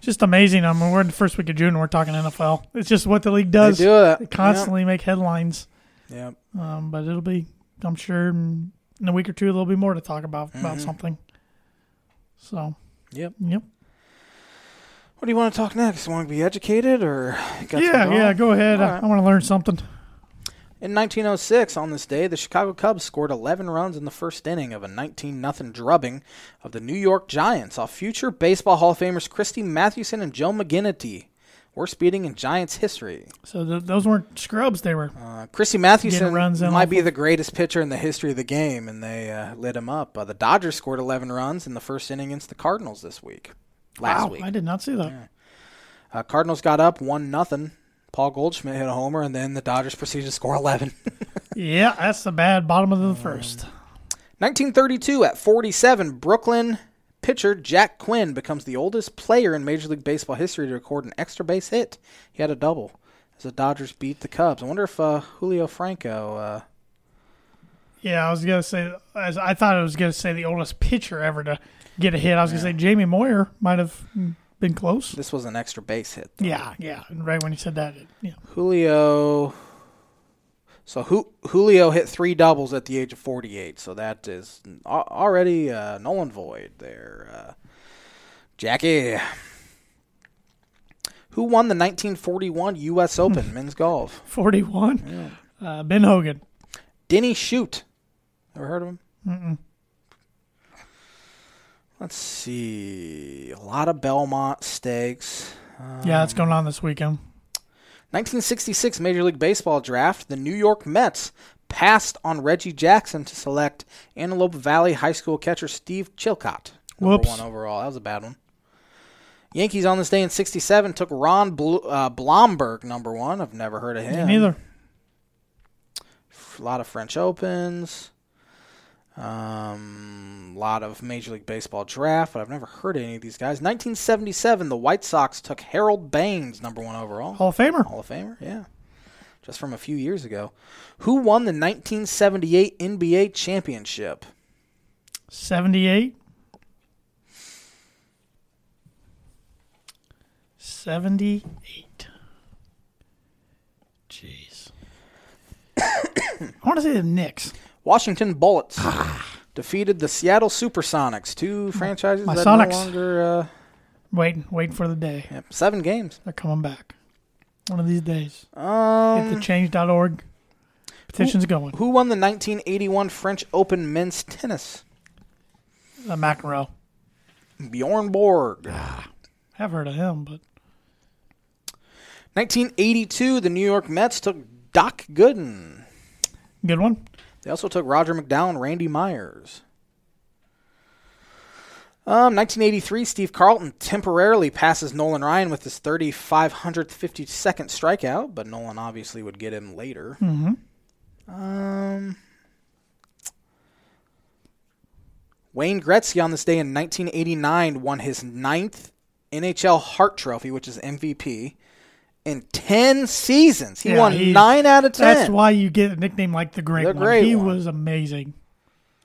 Just amazing. I mean, we're in the first week of June. and We're talking NFL. It's just what the league does.
they do it
They constantly make headlines.
Yep. Yep.
Um, but it'll be, I'm sure, in a week or two, there'll be more to talk about about something. So,
Mm-hmm. Yep.
yep.
What do you want to talk next? Want to be educated or got
yeah,
something
yeah.
wrong?
Go ahead.
All
I-
right.
I want to learn something.
In 1906, on this day, the Chicago Cubs scored 11 runs in the first inning of a 19 0 drubbing of the New York Giants off future Baseball Hall of Famers Christy Mathewson and Joe McGinnity. Worst beating in Giants history.
So th- those weren't scrubs. They were.
Uh, Chrissy Mathewson
Getting runs in
might
off
be the greatest pitcher in the history of the game, and they uh, lit him up. Uh, the Dodgers scored 11 runs in the first inning against the Cardinals this week. Last
wow.
week,
I did not see that.
uh, Cardinals got up one nothing. Paul Goldschmidt hit a homer, and then the Dodgers proceeded to score 11.
Yeah, that's the bad bottom of the first.
1932 at 47, Brooklyn pitcher Jack Quinn becomes the oldest player in Major League Baseball history to record an extra base hit. He had a double as the Dodgers beat the Cubs. I wonder if uh, Julio Franco. Uh,
Yeah, I was gonna say. As I thought, I was gonna say the oldest pitcher ever to get a hit. I was gonna say Jamie Moyer might have mm, been close.
this was an extra base hit.
Yeah, yeah. And right when you said that, it, yeah,
Julio. So Ju- Julio hit three doubles at the age of 48. So that is al- already uh, null and void there. Uh, Jackie. Who won the 1941 U.S. Open men's golf?
forty-one. Uh, ben Hogan.
Denny Shute. Ever heard of him? Mm-mm. Let's see. A lot of Belmont stakes.
Yeah, that's going on this weekend.
1966 Major League Baseball draft, the New York Mets passed on Reggie Jackson to select Antelope Valley High School catcher Steve Chilcott. Number
Whoops.
one overall. That was a bad one. Yankees on this day in 67 took Ron Bl- uh, Blomberg, number one. I've never heard of him.
Neither.
A lot of French Opens. Um, a lot of Major League Baseball draft, but I've never heard of any of these guys. 1977, the White Sox took Harold Baines, number one overall.
Hall of Famer.
Hall of Famer, yeah. Just from a few years ago. Who won the 1978 NBA championship?
Seventy-eight. Seventy-eight. Jeez. I want to say the Knicks.
Washington Bullets defeated the Seattle Supersonics, two franchises
my
that
Sonics.
no longer uh,
Waiting, waiting for the day.
yeah, seven games.
They're coming back. One of these days. Get the
Um,
change.org. Petition's going.
who won the 1981 French Open men's tennis?
Uh, McEnroe.
Bjorn Borg.
Ah. Have heard of him, but
1982, the New York Mets took Doc Gooden.
good one.
They also took Roger McDowell and Randy Myers. Um, 1983, Steve Carlton temporarily passes Nolan Ryan with his 3,500th 52nd strikeout, but Nolan obviously would get him later. Mm-hmm. Um, Wayne Gretzky on this day in 1989 won his ninth NHL Hart Trophy, which is MVP, in 10 seasons. He
Yeah,
won
he-
9 out of 10.
That's why you get a nickname like the Great
The
One.
Great
he
One.
was amazing.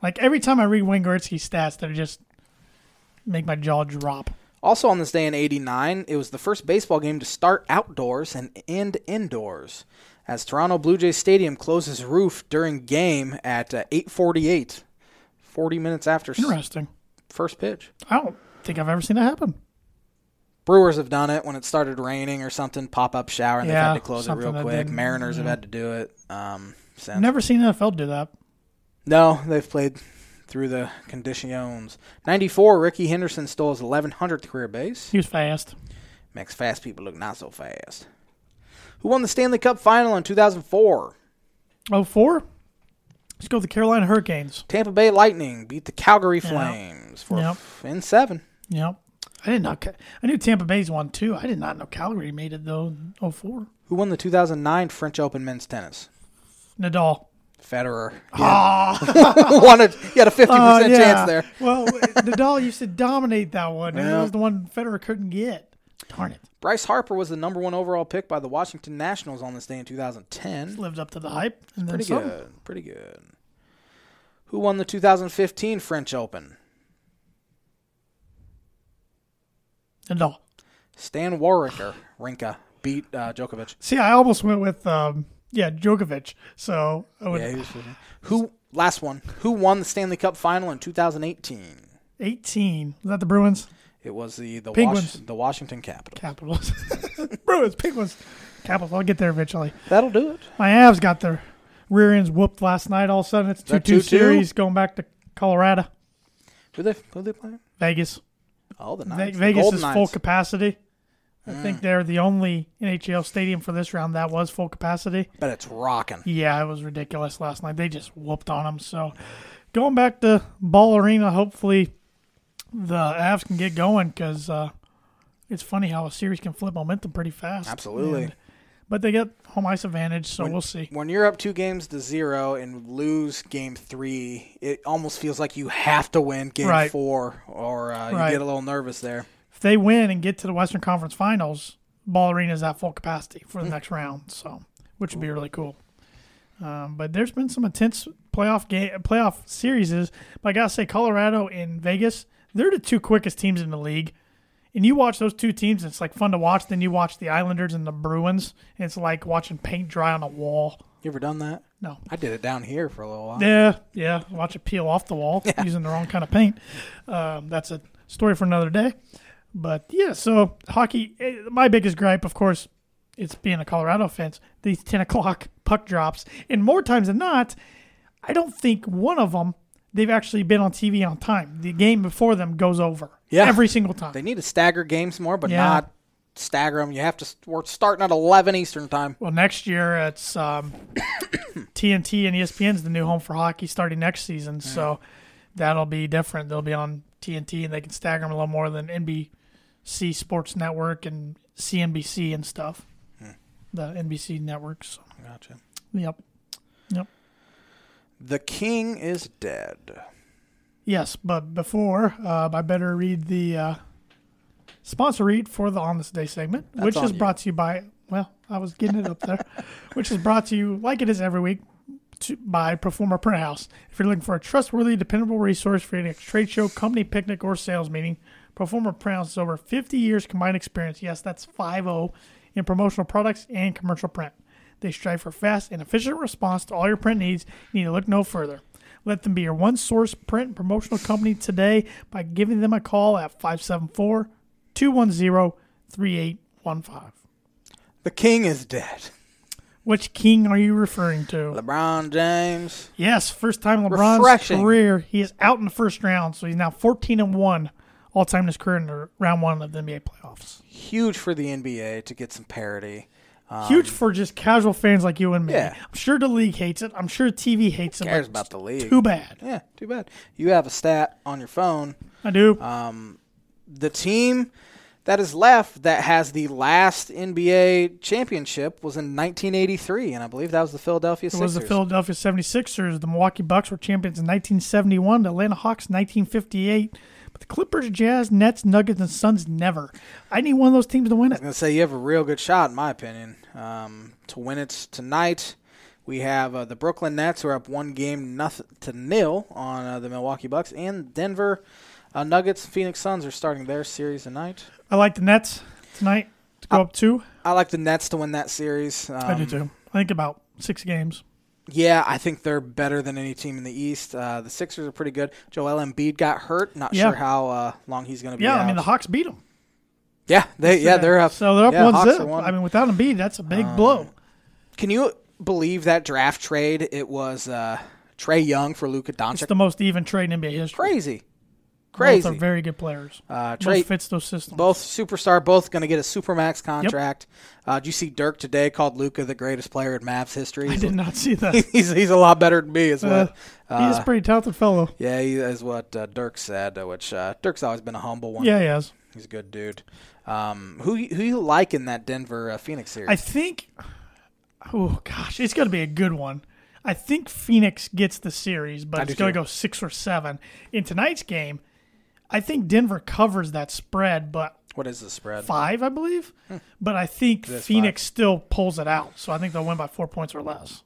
Like every time I read Wayne Gretzky's stats, they just make my jaw drop.
Also on this day in 89, it was the first baseball game to start outdoors and end indoors as Toronto Blue Jays Stadium closes roof during game at uh, 8:48, 40 minutes after s-
Interesting.
first pitch.
I don't think I've ever seen that happen.
Brewers have done it when it started raining or something, pop-up shower and they've had
Yeah,
to close it
something
real
that
quick.
did-
Mariners have had to do it um since.
Never seen NFL do that.
No, they've played through the conditions. 94 Ricky Henderson stole his 1100th career base.
He was fast.
Makes fast people look not so fast. Who won the Stanley Cup final in 2004?
Oh four? Let's go with the Carolina Hurricanes.
Tampa Bay Lightning beat the Calgary Flames for
Yep.
in seven.
Yep. I did not. ca- I knew Tampa Bay's won two. I did not know Calgary made it though. Oh four.
Who won the 2009 French Open men's tennis?
Nadal.
Federer.
Ah,
won it. He had a 50%
oh, yeah.
chance there.
well, Nadal used to dominate that one. and That
Yeah.
was the one Federer couldn't get. Darn it!
Bryce Harper was the number one overall pick by the Washington Nationals on this day in 2010.
Lived up to the hype. And then
Pretty
some.
good. Pretty good. Who won the 2015 French Open?
Nadal.
Stan Warwicker. Rinka beat uh, Djokovic.
See, I almost went with um, yeah Djokovic. So I would
Yeah, he was Who? Last one. Who won the Stanley Cup final in 2018?
eighteen. Was that the Bruins?
It was the the,
Penguins.
Wash, the Washington Capitals.
Capitals. Bruins. Penguins. Capitals. I'll get there eventually.
That'll do it.
My Avs got their rear ends whooped last night. All of a sudden, it's two
that
two
2-2?
series going back to Colorado,
Who they who they playing?
Vegas.
Oh, the
Ve-
Knights. The
Vegas
Golden
is full
Knights. Mm.
capacity. I think they're the only NHL stadium for this round that was full capacity.
but it's rocking.
Yeah, it was ridiculous last night. They just whooped on them. So going back to Ball Arena, hopefully the Avs can get going because uh, it's funny how a series can flip momentum pretty fast.
Absolutely.
And- but they get home ice advantage, so we'll see.
When you're up two games to zero and lose game three, it almost feels like you have to win game
Right.
four, or uh,
Right.
you get a little nervous there.
If they win and get to the Western Conference Finals, Ball Arena is at full capacity for the next round, so which would be really cool. Um, but there's been some intense playoff game, playoff series. But I gotta say, Colorado and Vegas, they're the two quickest teams in the league. And you watch those two teams, it's like fun to watch. Then you watch the Islanders and the Bruins, and it's like watching paint dry on a wall.
You ever done that?
No,
I did it down here for a little while.
yeah, yeah. Watch it peel off the wall using the wrong kind of paint. Um, that's a story for another day. But yeah, so hockey. eh, My biggest gripe, of course, it's being a Colorado fans. These ten o'clock puck drops, and more times than not, I don't think one of them they've actually been on TV on time. The game before them goes over.
Yeah.
every single time.
They need to stagger games more, but
Yeah.
not stagger them. You have to. We're starting at 11 Eastern time.
Well, next year it's um, TNT and E ESPN's the new home for hockey starting next season, so that'll be different. They'll be on TNT and they can stagger them a little more than NBC Sports Network and CNBC and stuff.
Hmm.
The NBC networks. So,
Gotcha.
yep. Yep.
The king is dead.
Yes, but before uh, I better read the uh, sponsor read for the On This Day segment, which
on
is
you.
brought to you by, well, I was getting it up there, which is brought to you, like it is every week, to, by Performer Print House. If you're looking for a trustworthy, dependable resource for your next trade show, company picnic, or sales meeting, Performer Print House has over 50 years combined experience. Yes, that's 5 in promotional products and commercial print. They strive for fast and efficient response to all your print needs. You need to look no further. Let them be your one source print and promotional company today by giving them a call at 574 210 3815.
The king is dead.
Which king are you referring to?
LeBron James.
Yes, first time in LeBron's
Refreshing.
career. He is out in the first round, so he's now 14 and 1 all time in his career in the round one of the NBA playoffs.
Huge for the NBA to get some parity.
Huge for just casual fans like you and me.
Um, Yeah.
I'm sure the league hates it. I'm sure TV hates it. but
Cares
it's
about the league.
Too bad.
Yeah, too bad. You have a stat on your phone.
I do.
Uh, The team that is left that has the last NBA championship was in 1983, and I believe that was the Philadelphia
It
Sixers.
was the Philadelphia 76ers. The Milwaukee Bucks were champions in 1971. The Atlanta Hawks 1958. But the Clippers, Jazz, Nets, Nuggets, and Suns never. I need one of those teams to win it.
I'm gonna say you have a real good shot, in my opinion, um, to win it tonight. We have uh, the Brooklyn Nets who are up one game nothing to nil on uh, the Milwaukee Bucks, and Denver uh, Nuggets, Phoenix Suns are starting their series tonight.
I like the Nets tonight to go up two.
I like the Nets to win that series. Uh, Um,
I do too. I think about six games.
Yeah, I think they're better than any team in the East. Uh, the Sixers are pretty good. Joel Embiid got hurt. Not
Yeah.
sure how uh, long he's going to be.
Yeah,
out.
I mean, the Hawks beat them.
yeah, they yeah they're up.
So they're up
yeah,
one
Hawks are
zip.
one. Uh,
I mean, without Embiid, that's a big blow.
can you believe that draft trade? It was uh, Trey Young for Luka
It's
Doncic.
the most even trade in NBA history.
crazy,
Both are
crazy.
very good players.
Uh, Trey,
Both fits those systems.
both superstar, both going to get a supermax contract. Uh, did you see Dirk today called Luca the greatest player in Mavs history?
I
He's
did not see that.
he's, he's a lot better than me, is what.
Uh, He's a pretty talented fellow.
yeah, he, is what uh, Dirk said. uh, Which uh, Dirk's always been a humble one.
Yeah, he is.
He's a good dude. Um, who who you like in that Denver uh, Phoenix series?
I think. Oh gosh, it's going to be a good one. I think Phoenix gets the series, but
I
it's
do
going
too.
to go six or seven. In tonight's game, I think Denver covers that spread, but
what is the spread?
five, I believe. But I think
Hmm. is
Phoenix still pulls it out, so I think they'll win by four points or less.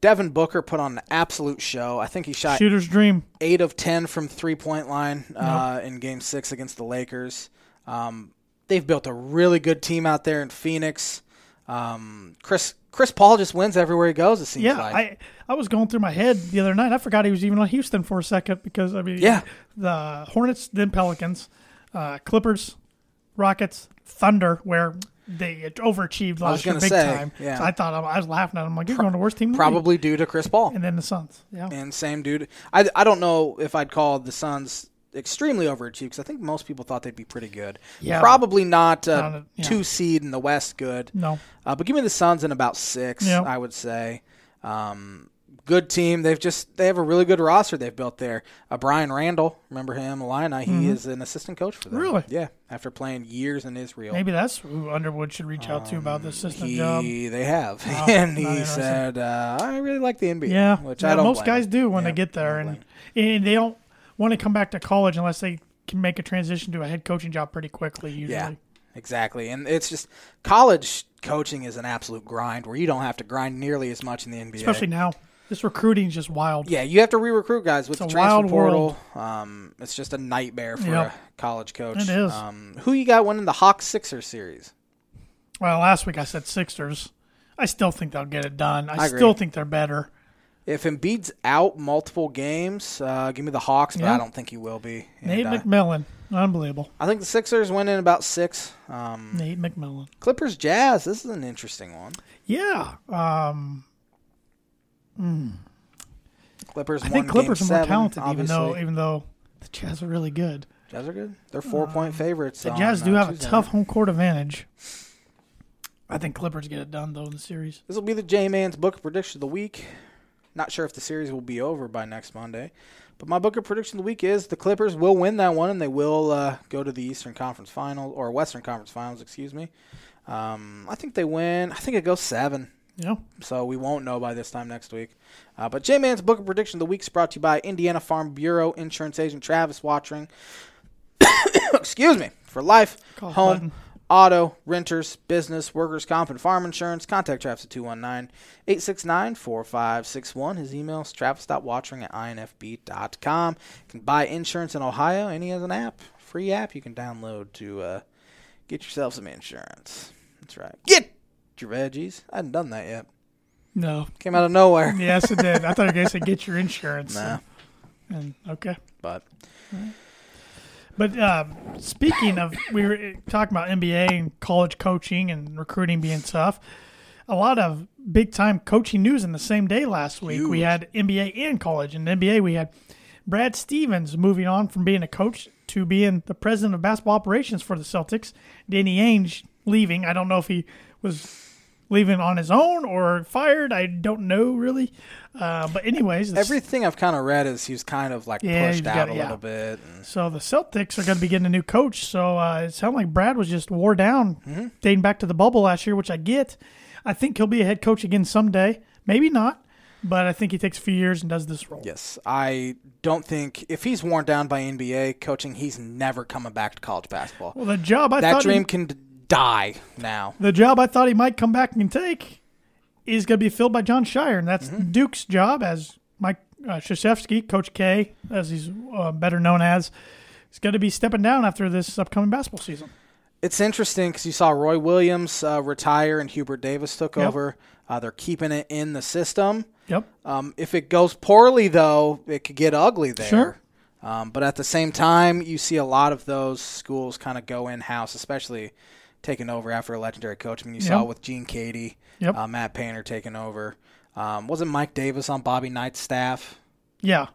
Devin Booker put on an absolute show. I think he shot
Shooter's dream.
eight of ten from three point line uh, in Game Six against the Lakers. Um, they've built a really good team out there in Phoenix. Um, Chris Chris Paul just wins everywhere he goes. It seems
Yeah,
like
I I was going through my head the other night. I forgot he was even on Houston for a second because I mean,
Yeah.
the Hornets, then Pelicans, uh, Clippers, Rockets, Thunder, where they overachieved last year
gonna
big
say,
time.
yeah.
So I thought I was laughing at him like you're going to worst team. in the league."
probably due to Chris Paul.
and then the Suns. Yeah,
And same dude. I, I don't know if I'd call the Suns extremely overachieved because I think most people thought they'd be pretty good.
Yeah.
Probably not uh,
Not a- yeah.
two seed in the West good.
no,
Uh, but give me the Suns in about six,
Yeah.
I would say. Um, good team. They've just they have a really good roster they've built there. Uh, Brian Randall, remember him, Illini. He is an assistant coach for them.
Mm-hmm. Really?
Yeah. After playing years in Israel.
maybe that's who Underwood should reach out to about this system
Um, He,
job. Oh,
they have, and
not
he
interested.
said, uh, "I really like the NBA."
Yeah,
which
yeah,
I don't.
most
blame
guys
him.
do when they
Yeah,
get there,
I don't
and and they don't want to come back to college unless they can make a transition to a head coaching job pretty quickly. Usually,
Yeah, exactly. And it's just college coaching is an absolute grind where you don't have to grind nearly as much in the NBA.
especially now, this recruiting is just wild.
yeah, you have to re-recruit guys with
It's
the
a
transfer
wild
portal. Um, it's just a nightmare for
Yep.
a college coach.
It is.
Um, who you got winning the Hawks Sixers series?
Well, last week I said Sixers. I still think they'll get it done. I,
I agree.
still think they're better.
If Embiid's out multiple games, uh, give me the Hawks, but
Yeah.
I don't think he will be. And,
Nate
uh,
McMillan, unbelievable.
I think the Sixers win in about six. Um,
Nate McMillan.
Clippers Jazz. This is an interesting one.
Yeah, um,
Clippers.
I
won
think Clippers are
game
more
seven,
talented, even
obviously.
though even though the Jazz are really good.
Jazz are good. They're four-point favorites.
The
on,
Jazz do
uh,
have a
Tuesday
tough home court advantage. I think Clippers get it done though in the series.
This will be the J Man's Book of Prediction of the Week. Not sure if the series will be over by next Monday, but my Book of Prediction of the Week is the Clippers will win that one and they will uh, go to the Eastern Conference Final or Western Conference Finals, excuse me. Um, I think they win. I think it goes seven,
Yeah.
so we won't know by this time next week. Uh, but J Man's Book of Prediction of the Week is brought to you by Indiana Farm Bureau Insurance Agent Travis Watering. excuse me, for life,
Cough
home,
button.
auto, renters, business, workers' comp, and farm insurance. Contact Travis at 219 869 4561. His email is travis.watching at infb.com. You can buy insurance in Ohio, and he has an app, free app you can download to uh, get yourself some insurance. That's right. Get your veggies. I hadn't done that yet.
No.
Came out of nowhere.
Yes, it did. I thought you guys said get your insurance.
Nah,
And, okay.
but
But um, speaking of, we were talking about NBA and college coaching and recruiting being tough. A lot of big time coaching news in the same day last week. We
Huge.
had NBA and college. In NBA, we had Brad Stevens moving on from being a coach to being the president of basketball operations for the Celtics. Danny Ainge leaving. I don't know if he was leaving on his own or fired. I don't know really. Uh, but anyways, the
everything I've kind of read is he was kind of like
Yeah,
pushed
you've
out
got-
a
yeah.
little bit. And
So the Celtics are going to be getting a new coach. So uh, it sounded like Brad was just wore down,
Mm-hmm.
dating back to the bubble last year, which I get. I think he'll be a head coach again someday. Maybe not, but I think he takes a few years and does this role.
Yes, I don't think if he's worn down by NBA coaching, he's never coming back to college basketball.
Well, the job I
that
thought he-
dream can d- die now.
the job I thought he might come back and take is going to be filled by John Shire, and that's
Mm-hmm.
Duke's job as Mike uh, Krzyzewski, Coach K, as he's uh, better known as. Is going to be stepping down after this upcoming basketball season.
It's interesting because you saw Roy Williams uh, retire and Hubert Davis took
Yep.
over. Uh, they're keeping it in the system.
Yep.
Um, if it goes poorly, though, it could get ugly there.
Sure.
Um, but at the same time, you see a lot of those schools kind of go in house, especially taking over after a legendary coach. I mean, you saw
Yep.
with Gene Cady,
Yep.
uh, Matt Painter taking over. Um, wasn't Mike Davis on Bobby Knight's staff?
Yeah.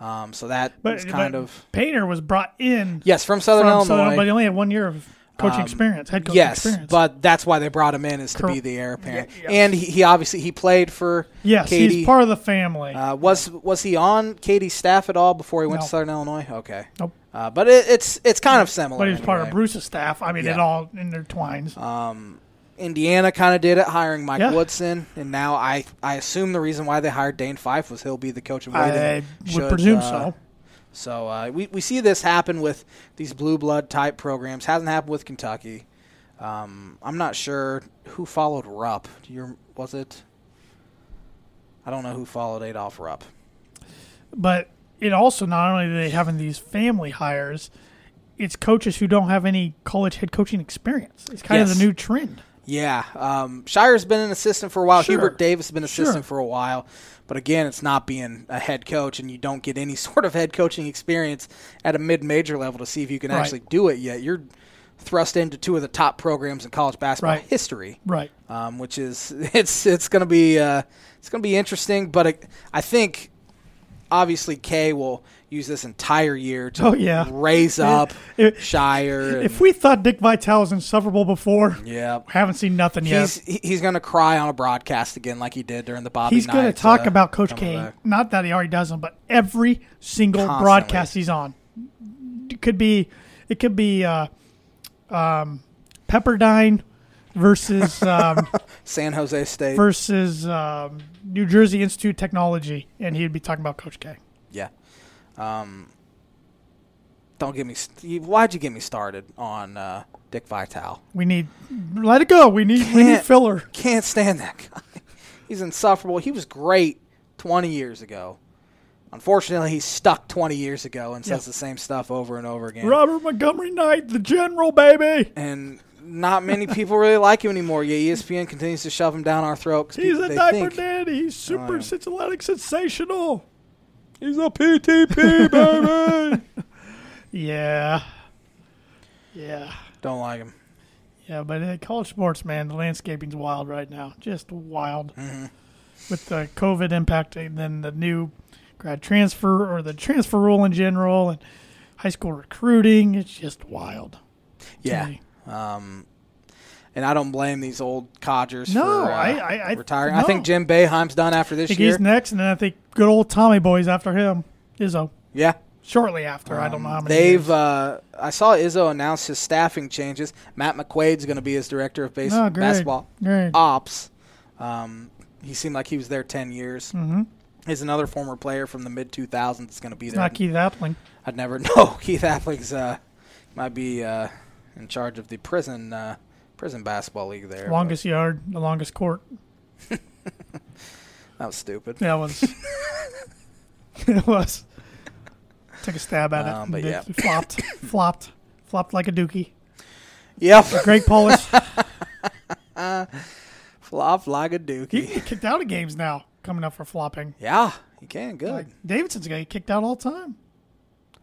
Um, so that
But
was kind
but
of
Painter was brought in
yes from Southern
from
Illinois.
Southern, but he only had one year of coaching experience, head coaching
um, yes,
experience.
but that's why they brought him in is to
Cor-
be the heir apparent.
yeah.
And he, he obviously he played for
yes,
Katie.
he's part of the family.
uh, was was he on Katie's staff at all before he went
No.
to Southern Illinois? Okay.
nope.
Uh, but it, it's it's kind of similar.
But he's part
anyway.
of Bruce's staff. I mean, it
Yeah. Uh,
all intertwines.
Indiana kind of did it, hiring Mike
Yeah.
Woodson, and now I I assume the reason why they hired Dane Fife was he'll be the coach of waiting.
I would
should,
presume
uh,
so.
So uh, we we see this happen with these blue blood type programs. Hasn't happened with Kentucky. Um, I'm not sure who followed Rupp. Do you rem- was it? I don't know who followed Adolph Rupp.
But it also not only are they having these family hires, it's coaches who don't have any college head coaching experience. It's kind of
Yes.
the new trend.
Yeah, um, Shire's been an assistant for a while.
Sure.
Hubert Davis has been
Sure.
assistant for a while, but again, it's not being a head coach, and you don't get any sort of head coaching experience at a mid-major level to see if you can
Right.
actually do it yet. You're thrust into two of the top programs in college basketball
Right.
history,
Right.
um, which is it's it's going to be uh, it's going to be interesting. But I- I think obviously Kay will use this entire year to
Oh, yeah.
raise up
if-
Shire. and-
If we thought Dick Vitale was insufferable before,
yeah,
haven't seen nothing
He's
yet.
he- he's going to cry on a broadcast again, like he did during the Bobby.
He's going to
Knight,
talk
uh,
about Coach K.
coming back.
Not that he already doesn't, but every single
Constantly.
broadcast he's on. It could be, it could be uh, um, Pepperdine versus um,
San Jose State.
versus um, New Jersey Institute of Technology, and he'd be talking about Coach K.
yeah. Um, don't get me. St- why'd you get me started on uh, Dick Vitale?
We need let it go. We need we need
Can't-
filler.
Can't stand that guy. He's insufferable. He was great 20 years ago. Unfortunately, he's stuck 20 years ago and says
Yeah.
the same stuff over and over again.
Robert Montgomery Knight, the general, baby.
And not many people really like him anymore. Yeah, E ESPN continues to shove him down our throat. 'cause
He's
pe-
a
they
diaper
think- Oh,
daddy. He's super
yeah.
Cincinnati sensational.
He's a PTP, baby.
Yeah, yeah,
Don't like him.
yeah. But uh, college sports, man, the landscaping's wild right now. Just wild
Mm-hmm.
with the COVID impact, and then the new grad transfer or the transfer rule in general, and high school recruiting. It's just wild. to
Yeah.
me.
Um, and I don't blame these old codgers
No,
for uh,
I- I- I-
retiring. I
no.
think Jim Boeheim's done after
I
this
think
year.
he's next, and then I think good old Tommy Boy's after him. Izzo
yeah.
shortly after. I don't know how many.
Um, They've.
years.
Uh, I saw Izzo announce his staffing changes. Matt McQuaid's going to be his director of base
Oh, great.
basketball Uh,
Great.
ops. Um, he seemed like he was there ten years. Mm-hmm. He's another former player from the mid two thousands. that's going to be there.
not Keith Appling.
I'd never know. Keith Appling's uh, might be uh, in charge of the prison uh, prison basketball league there. but
Longest yard, the longest court.
That was stupid.
That was. it was. Took a stab at
Um,
it.
but
Did-
yeah.
flopped, flopped, flopped like a dookie.
Yep.
Greg Polish,
Flop like
he
a dookie.
can get kicked out of games now. Coming up for flopping.
Yeah, he can. Good.
Like, Davidson's gonna get kicked out all the time.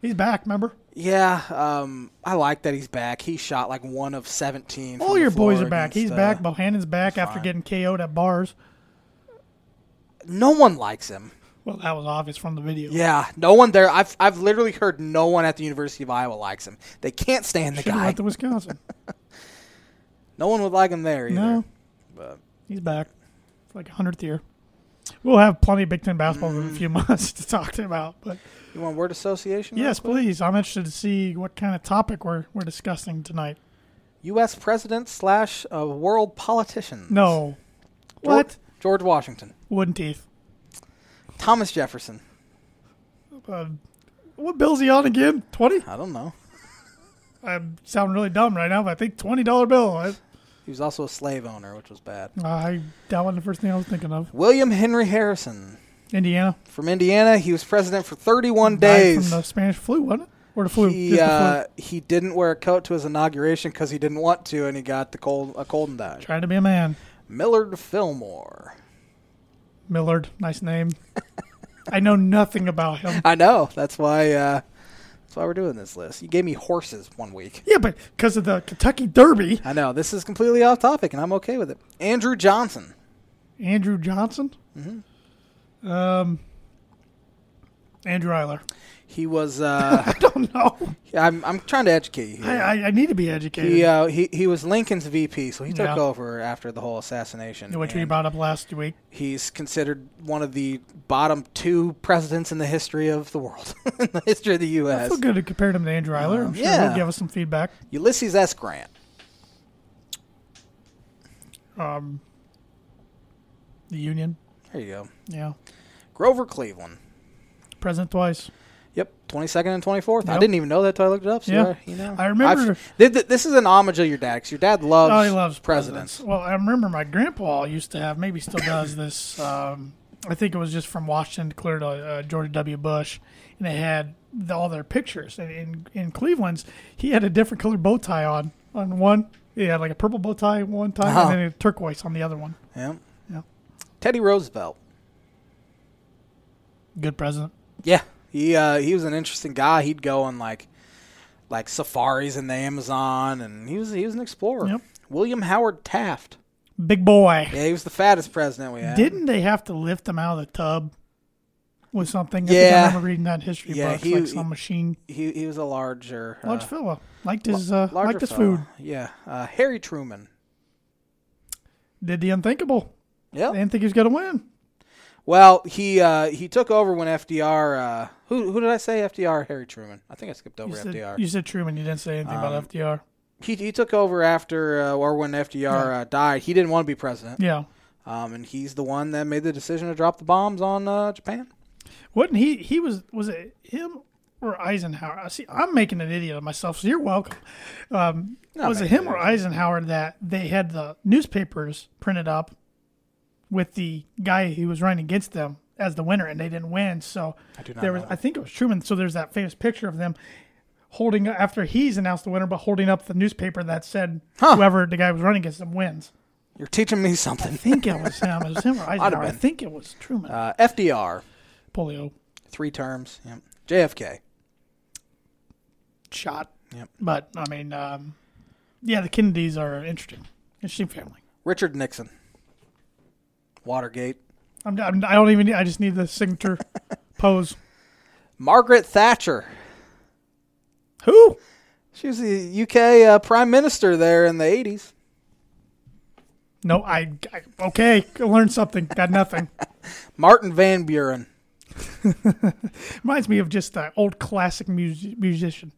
He's back. Remember,
yeah, um, I like that he's back. He shot like one of 17. from
all
the
your boys
floor
are back.
against,
He's
uh,
back. Bohannon's back after getting
fine.
KO'd at bars.
No one likes him.
Well, that was obvious from the video.
Yeah, no one there. I've, I've literally heard no one at the University of Iowa likes him. They can't stand the
Should've
guy.
went to Wisconsin.
No one would like him there either.
No.
But
He's back. It's like hundredth year. We'll have plenty of Big Ten basketball in a few months to talk to about. But
you want word association?
yes, please. I'm interested to see what kind of topic we're we're discussing tonight.
U.S. president slash uh, world politician.
No.
Geor-
What?
George Washington.
Wooden teeth.
Thomas Jefferson.
Um, what bill's he on again? Twenty?
I don't know.
I sound really dumb right now, but I think twenty dollar bill. I,
He was also a slave owner, which was bad.
I that was the first thing I was thinking of.
William Henry Harrison.
Indiana.
from Indiana. He was president for 31
Died
days.
from the Spanish flu, wasn't it? Or the flu?
he
just the flu.
uh, he didn't wear a coat to his inauguration because he didn't want to, and he got the cold a cold and died.
Trying to be a man.
Millard Fillmore.
Millard, nice name. I know nothing about him.
I know that's why uh, that's why we're doing this list. You gave me horses one week.
Yeah, but because of the Kentucky Derby,
I know this is completely off topic, and I'm okay with it. Andrew Johnson.
Mm-hmm. Andrew Johnson. Um, Andrew Eiler.
He was. Uh,
I don't know.
I'm, I'm trying to educate you. Here.
I, I, I need to be educated.
He, uh, he he was Lincoln's VP, so he took
Yeah.
over after the whole assassination.
Which we
and
brought up last week.
he's considered one of the bottom two presidents in the history of the world, in the history of the
I
U.S.
feel good to compare him to Andrew Eiler. I'm sure
yeah.
he'll give us some feedback.
Ulysses S. Grant.
Um, the Union,
There you go.
yeah,
Grover Cleveland.
president twice.
Yep, 22nd and 24th. I
Yep.
didn't even know that until I looked it up. So
Yeah.
uh, you know,
I remember-
I've- th- th- this is an homage of your dad because your dad loves,
Oh, he loves
presidents.
presidents. Well, I remember my grandpa used to have, maybe still does this. Um, I think it was just from Washington to clear to uh, George W. Bush, and they had the, all their pictures. And in, in Cleveland's, he had a different colored bow tie on. On one, he had like a purple bow tie one time,
Uh-huh.
and then a turquoise on the other one.
Yep.
Yeah,
Teddy Roosevelt.
good president.
Yeah, he uh, he was an interesting guy. He'd go on like like safaris in the Amazon, and he was he was an explorer.
Yep.
William Howard Taft.
Big boy.
Yeah, he was the fattest president we had.
Didn't they have to lift him out of the tub with something? I think
Yeah.
I remember reading that in history
Yeah,
book,
he-
like some machine.
he? He was a larger, uh,
Large fella liked his uh,
larger
liked his
fella.
food.
Yeah, uh, Harry Truman.
Did the unthinkable.
Yeah.
They didn't think he was gonna win.
Well, he uh, he took over when FDR. Uh, who who did I say? FDR, Harry Truman. I think I skipped
You
over
said,
FDR.
you said Truman. You didn't say anything
Um,
about FDR.
he he took over after uh, or when FDR uh, died. He didn't want to be president,
Yeah,
um, and he's the one that made the decision to drop the bombs on uh, Japan.
wasn't he? He was. Was it him or Eisenhower? I See, I'm making an idiot of myself. So you're welcome. Um,
Not
was it
making
him
an
or Eisenhower that they had the newspapers printed up with the guy who was running against them as the winner, and they didn't win? So
I do not
there was.
know.
I think it was Truman. So there's that famous picture of them holding after he's announced the winner, but holding up the newspaper that said
Huh.
whoever the guy was running against them wins.
You're teaching me something.
I think it was him. It was him or Eisenhower. I
been.
think it was Truman.
Uh, FDR,
Polio
three terms. Yep. JFK.
shot.
Yep.
But I mean, um, yeah, the Kennedys are interesting, interesting family.
Richard Nixon. Watergate.
I'm, I'm, I don't even. Need, I just need the signature pose.
Margaret Thatcher.
Who?
She was the UK uh, prime minister there in the 80s.
No, I, I okay. I learned something. Got nothing.
Martin Van Buren.
Reminds me of just an old classic music, musician,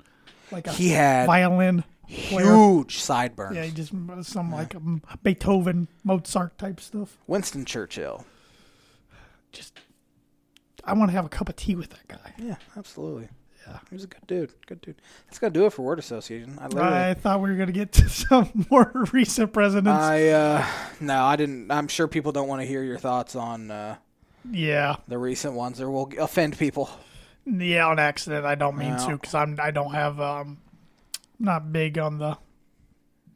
like a
He had
violin player.
huge sideburns.
Yeah, he just some like um, Beethoven, Mozart type stuff.
Winston Churchill.
Just, I want to have a cup of tea with that guy.
Yeah, absolutely. Yeah, he was a good dude. Good dude. That's gonna do it for word association. I literally,
I thought we were going to get to some more recent presidents.
I uh, no, I didn't. I'm sure people don't want to hear your thoughts on uh,
yeah,
the recent ones, or we'll offend people.
yeah, on accident. I don't mean to
No.
to because I'm I don't have um, not big on the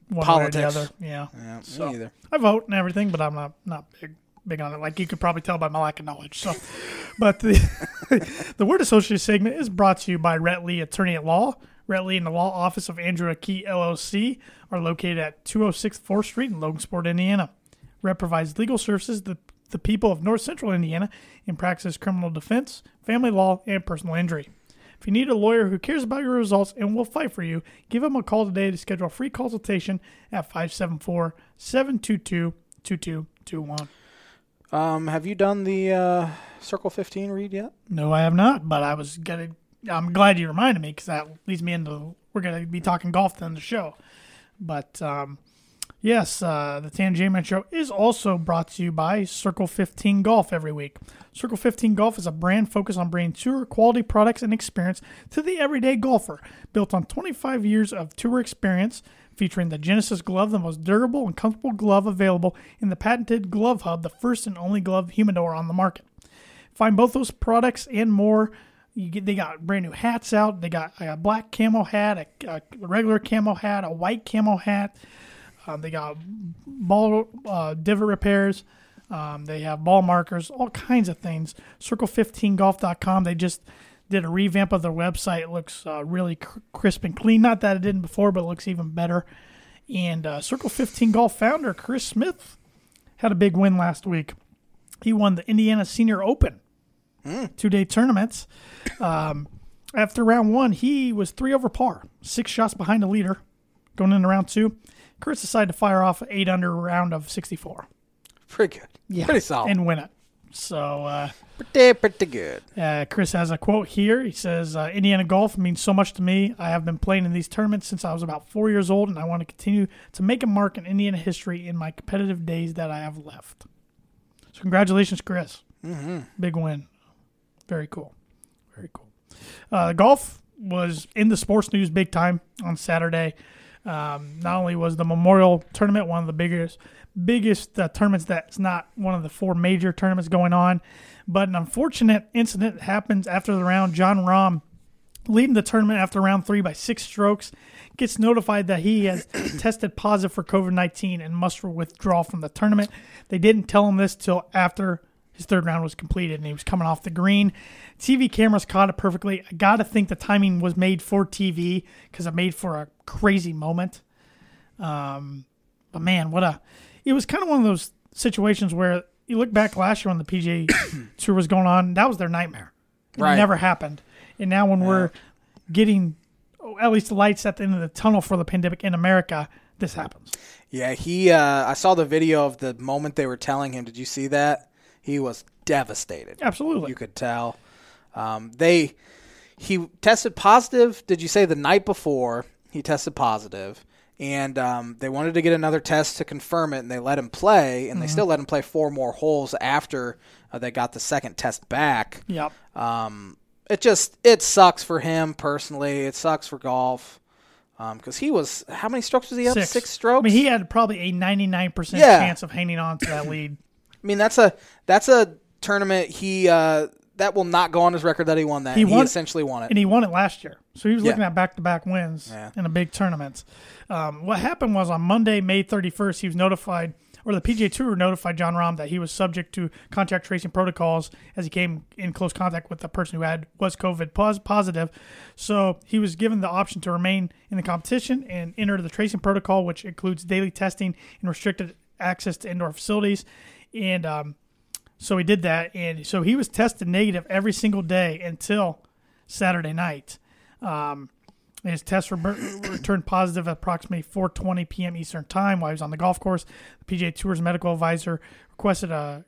one way or the
Politics.
other. Yeah,
Yeah, me
So-
either.
I vote and everything, but I'm not not big big on it. Like you could probably tell by my lack of knowledge. So, but the the word associated segment is brought to you by Rhett Lee, attorney at law. Rhett Lee and the law office of Andrew Akey LLC are located at 206 4th Street in Logansport, Indiana. Rhett provides legal services to the people of North Central Indiana and practices criminal defense, family law, and personal injury. If you need a lawyer who cares about your results and will fight for you, give him a call today to schedule a free consultation at 574 722 2221.
Um, have you done the uh, Circle 15 read yet?
No, I have not, but I was gonna. I'm glad you reminded me because that leads me into we're gonna be talking golf then the show. But um, yes, uh, the Tan J Man Show is also brought to you by Circle 15 Golf every week. Circle 15 Golf is a brand focused on bringing tour quality products and experience to the everyday golfer, built on 25 years of tour experience. Featuring the Genesis glove, the most durable and comfortable glove available, and the patented Glove Hub, the first and only glove humidor on the market find both those products and more. You get, they got brand new hats out. They got a black camo hat, a, a regular camo hat, a white camo hat. Um, they got ball uh, divot repairs. Um, they have ball markers, all kinds of things. Circle15golf.com. They just did a revamp of their website. It looks uh, really cr- crisp and clean. Not that it didn't before, but it looks even better. And uh, Circle 15 Golf founder Chris Smith had a big win last week. He won the Indiana Senior Open two day tournaments. Um, after round one, he was three over par, six shots behind the leader. Going into round two, Chris decided to fire off an eight under round of 64
Pretty good. Pretty solid.
and win it. So, uh,
pretty, pretty good.
uh, Chris has a quote here. He says, uh, Indiana golf means so much to me. I have been playing in these tournaments since I was about four years old, and I want to continue to make a mark in Indiana history in my competitive days that I have left. So, congratulations, Chris. Mm-hmm. Big win. Very cool. Very cool. Uh, golf was in the sports news big time on Saturday. Um, not only was the Memorial Tournament one of the biggest, biggest uh, tournaments that's not one of the four major tournaments going on, but an unfortunate incident happens after the round. John Rahm, leading the tournament after round three by six strokes, gets notified that he has tested positive for COVID 19 and must withdraw from the tournament. They didn't tell him this till after his third round was completed and he was coming off the green. TV cameras caught it perfectly. I got to think the timing was made for TV because it made for a crazy moment. Um, but man, what a. It was kind of one of those situations where you look back last year when the PGA Tour was going on, that was their nightmare. It
Right.
never happened. And now when we're getting oh, at least the lights at the end of the tunnel for the pandemic in America, this happens.
Yeah, he. Uh, I saw the video of the moment they were telling him. Did you see that? He was devastated.
Absolutely.
You could tell. Um, they. He tested positive. Did you say the night before he tested positive? And um, they wanted to get another test to confirm it, and they let him play, and they
Mm-hmm.
still let him play four more holes after uh, they got the second test back.
Yep.
Um, it just it sucks for him personally. It sucks for golf because he was how many strokes was he up? Six, strokes.
I mean, he had probably a 99%
Yeah.
chance of hanging on to that lead.
I mean, that's a that's a tournament he uh, that will not go on his record that he won that.
He
He,
won-
essentially won it.
and he won it last year. So he was
Yeah.
looking at back to back wins
Yeah.
in a big tournament. Um, what happened was on Monday, May 31st, he was notified, or the PGA Tour notified John Rahm that he was subject to contact tracing protocols as he came in close contact with the person who had was COVID pos- positive. So he was given the option to remain in the competition and enter the tracing protocol, which includes daily testing and restricted access to indoor facilities. And um, so he did that, and so he was tested negative every single day until Saturday night. Um, and his test re- returned positive at approximately 4:20 p.m. Eastern Time while he was on the golf course. The PGA Tour's medical advisor requested a,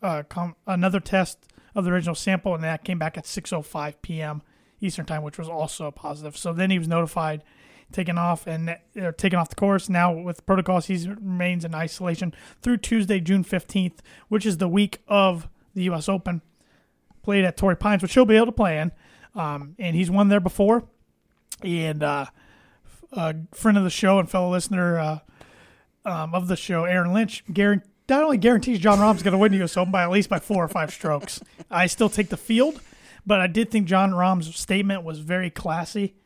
a com- another test of the original sample, and that came back at 6:05 p.m. Eastern Time, which was also positive. So then he was notified, taken off, and that- or taken off the course. Now with protocols, he remains in isolation through Tuesday, June 15th, which is the week of the U.S. Open played at Torrey Pines, which he'll be able to play in. Um, and he's won there before. And uh, f- a friend of the show and fellow listener uh, um, of the show, Aaron Lynch, guaran- not only guarantees John Rahm's going to win the US Open by at least by four or five strokes. I still take the field, but I did think John Rahm's statement was very classy.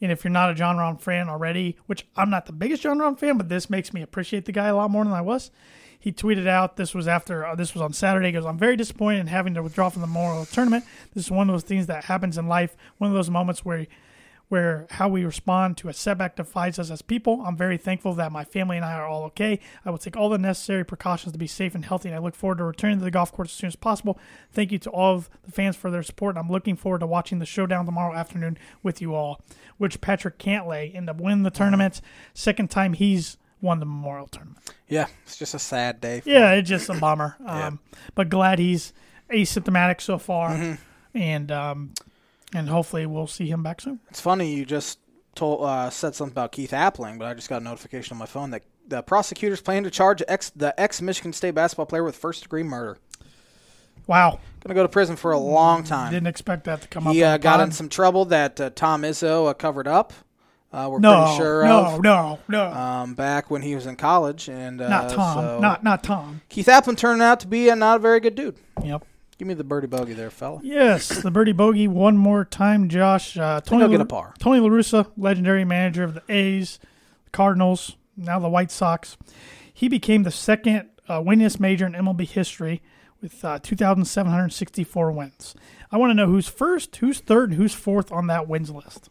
And if you're not a John Rahm fan already, which I'm not the biggest John Rahm fan, but this makes me appreciate the guy a lot more than I was. He tweeted out, "This was after uh, this was on Saturday." He goes, "I'm very disappointed in having to withdraw from the Memorial Tournament. This is one of those things that happens in life. One of those moments where, where how we respond to a setback defines us as people. I'm very thankful that my family and I are all okay. I will take all the necessary precautions to be safe and healthy, and I look forward to returning to the golf course as soon as possible. Thank you to all of the fans for their support. and I'm looking forward to watching the showdown tomorrow afternoon with you all." Which Patrick Cantlay ended up winning the tournament. Second time he's won the Memorial Tournament.
yeah, it's just a sad day. for
Yeah, it's just a bummer. Um, But glad he's asymptomatic so far, and um, and hopefully we'll see him back soon.
It's funny you just told uh, said something about Keith Appling, but I just got a notification on my phone that the prosecutors plan to charge ex the ex Michigan State basketball player with first degree murder.
Wow,
Gonna go to prison for a long time.
Mm, didn't expect that to come up.
He
on
uh,
the
got
pod.
in some trouble that uh, Tom Izzo uh, covered up. Uh, we're
No,
pretty sure
no,
of
no, no,
um, back when he was in college, and uh,
not Tom,
so-
not not Tom.
Keith Appling turned out to be a not a very good dude.
Yep.
Give me the birdie bogey there, fella.
Yes, the birdie bogey one more time, Josh. Uh, Tony
I'll get
La-
a par.
Tony La Russa, legendary manager of the A's, Cardinals, now the White Sox. He became the second uh, winningest major in MLB history with uh, 2,764 wins. I want to know who's first, who's third, and who's fourth on that wins list.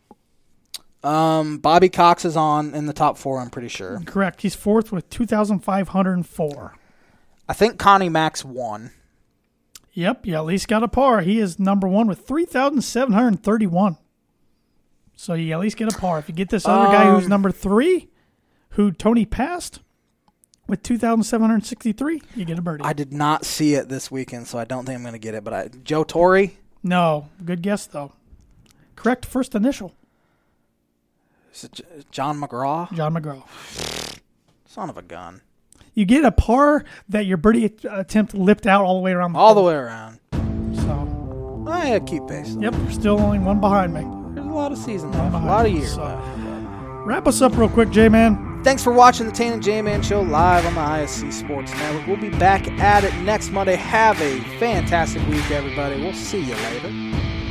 Um, Bobby Cox is on in the top four. I'm pretty sure.
Correct. He's fourth with 2,504.
I think Connie Max won.
Yep, you at least got a par. He is number one with 3,731. So you at least get a par. If you get this other guy who's
Um,
number three, who Tony passed with 2,763, you get a birdie.
I did not see it this weekend, so I don't think I'm going to get it. But I, Joe Torre,
no, good guess, though. Correct first initial,
is it J- John McGraw,
John McGraw.
son of a gun,
You get a par that your birdie at- attempt lipped out all the way around the
all the way around.
way. So,
I gotta keep pace. though.
yep, you're still only one behind me.
There's a lot of season left, a
behind
lot of
you,
years
so-
left.
Wrap us up real quick, J Man.
Thanks for watching the Tan and J-Man Show live on the ISC Sports Network. We'll be back at it next Monday. Have a fantastic week, everybody. We'll see you later.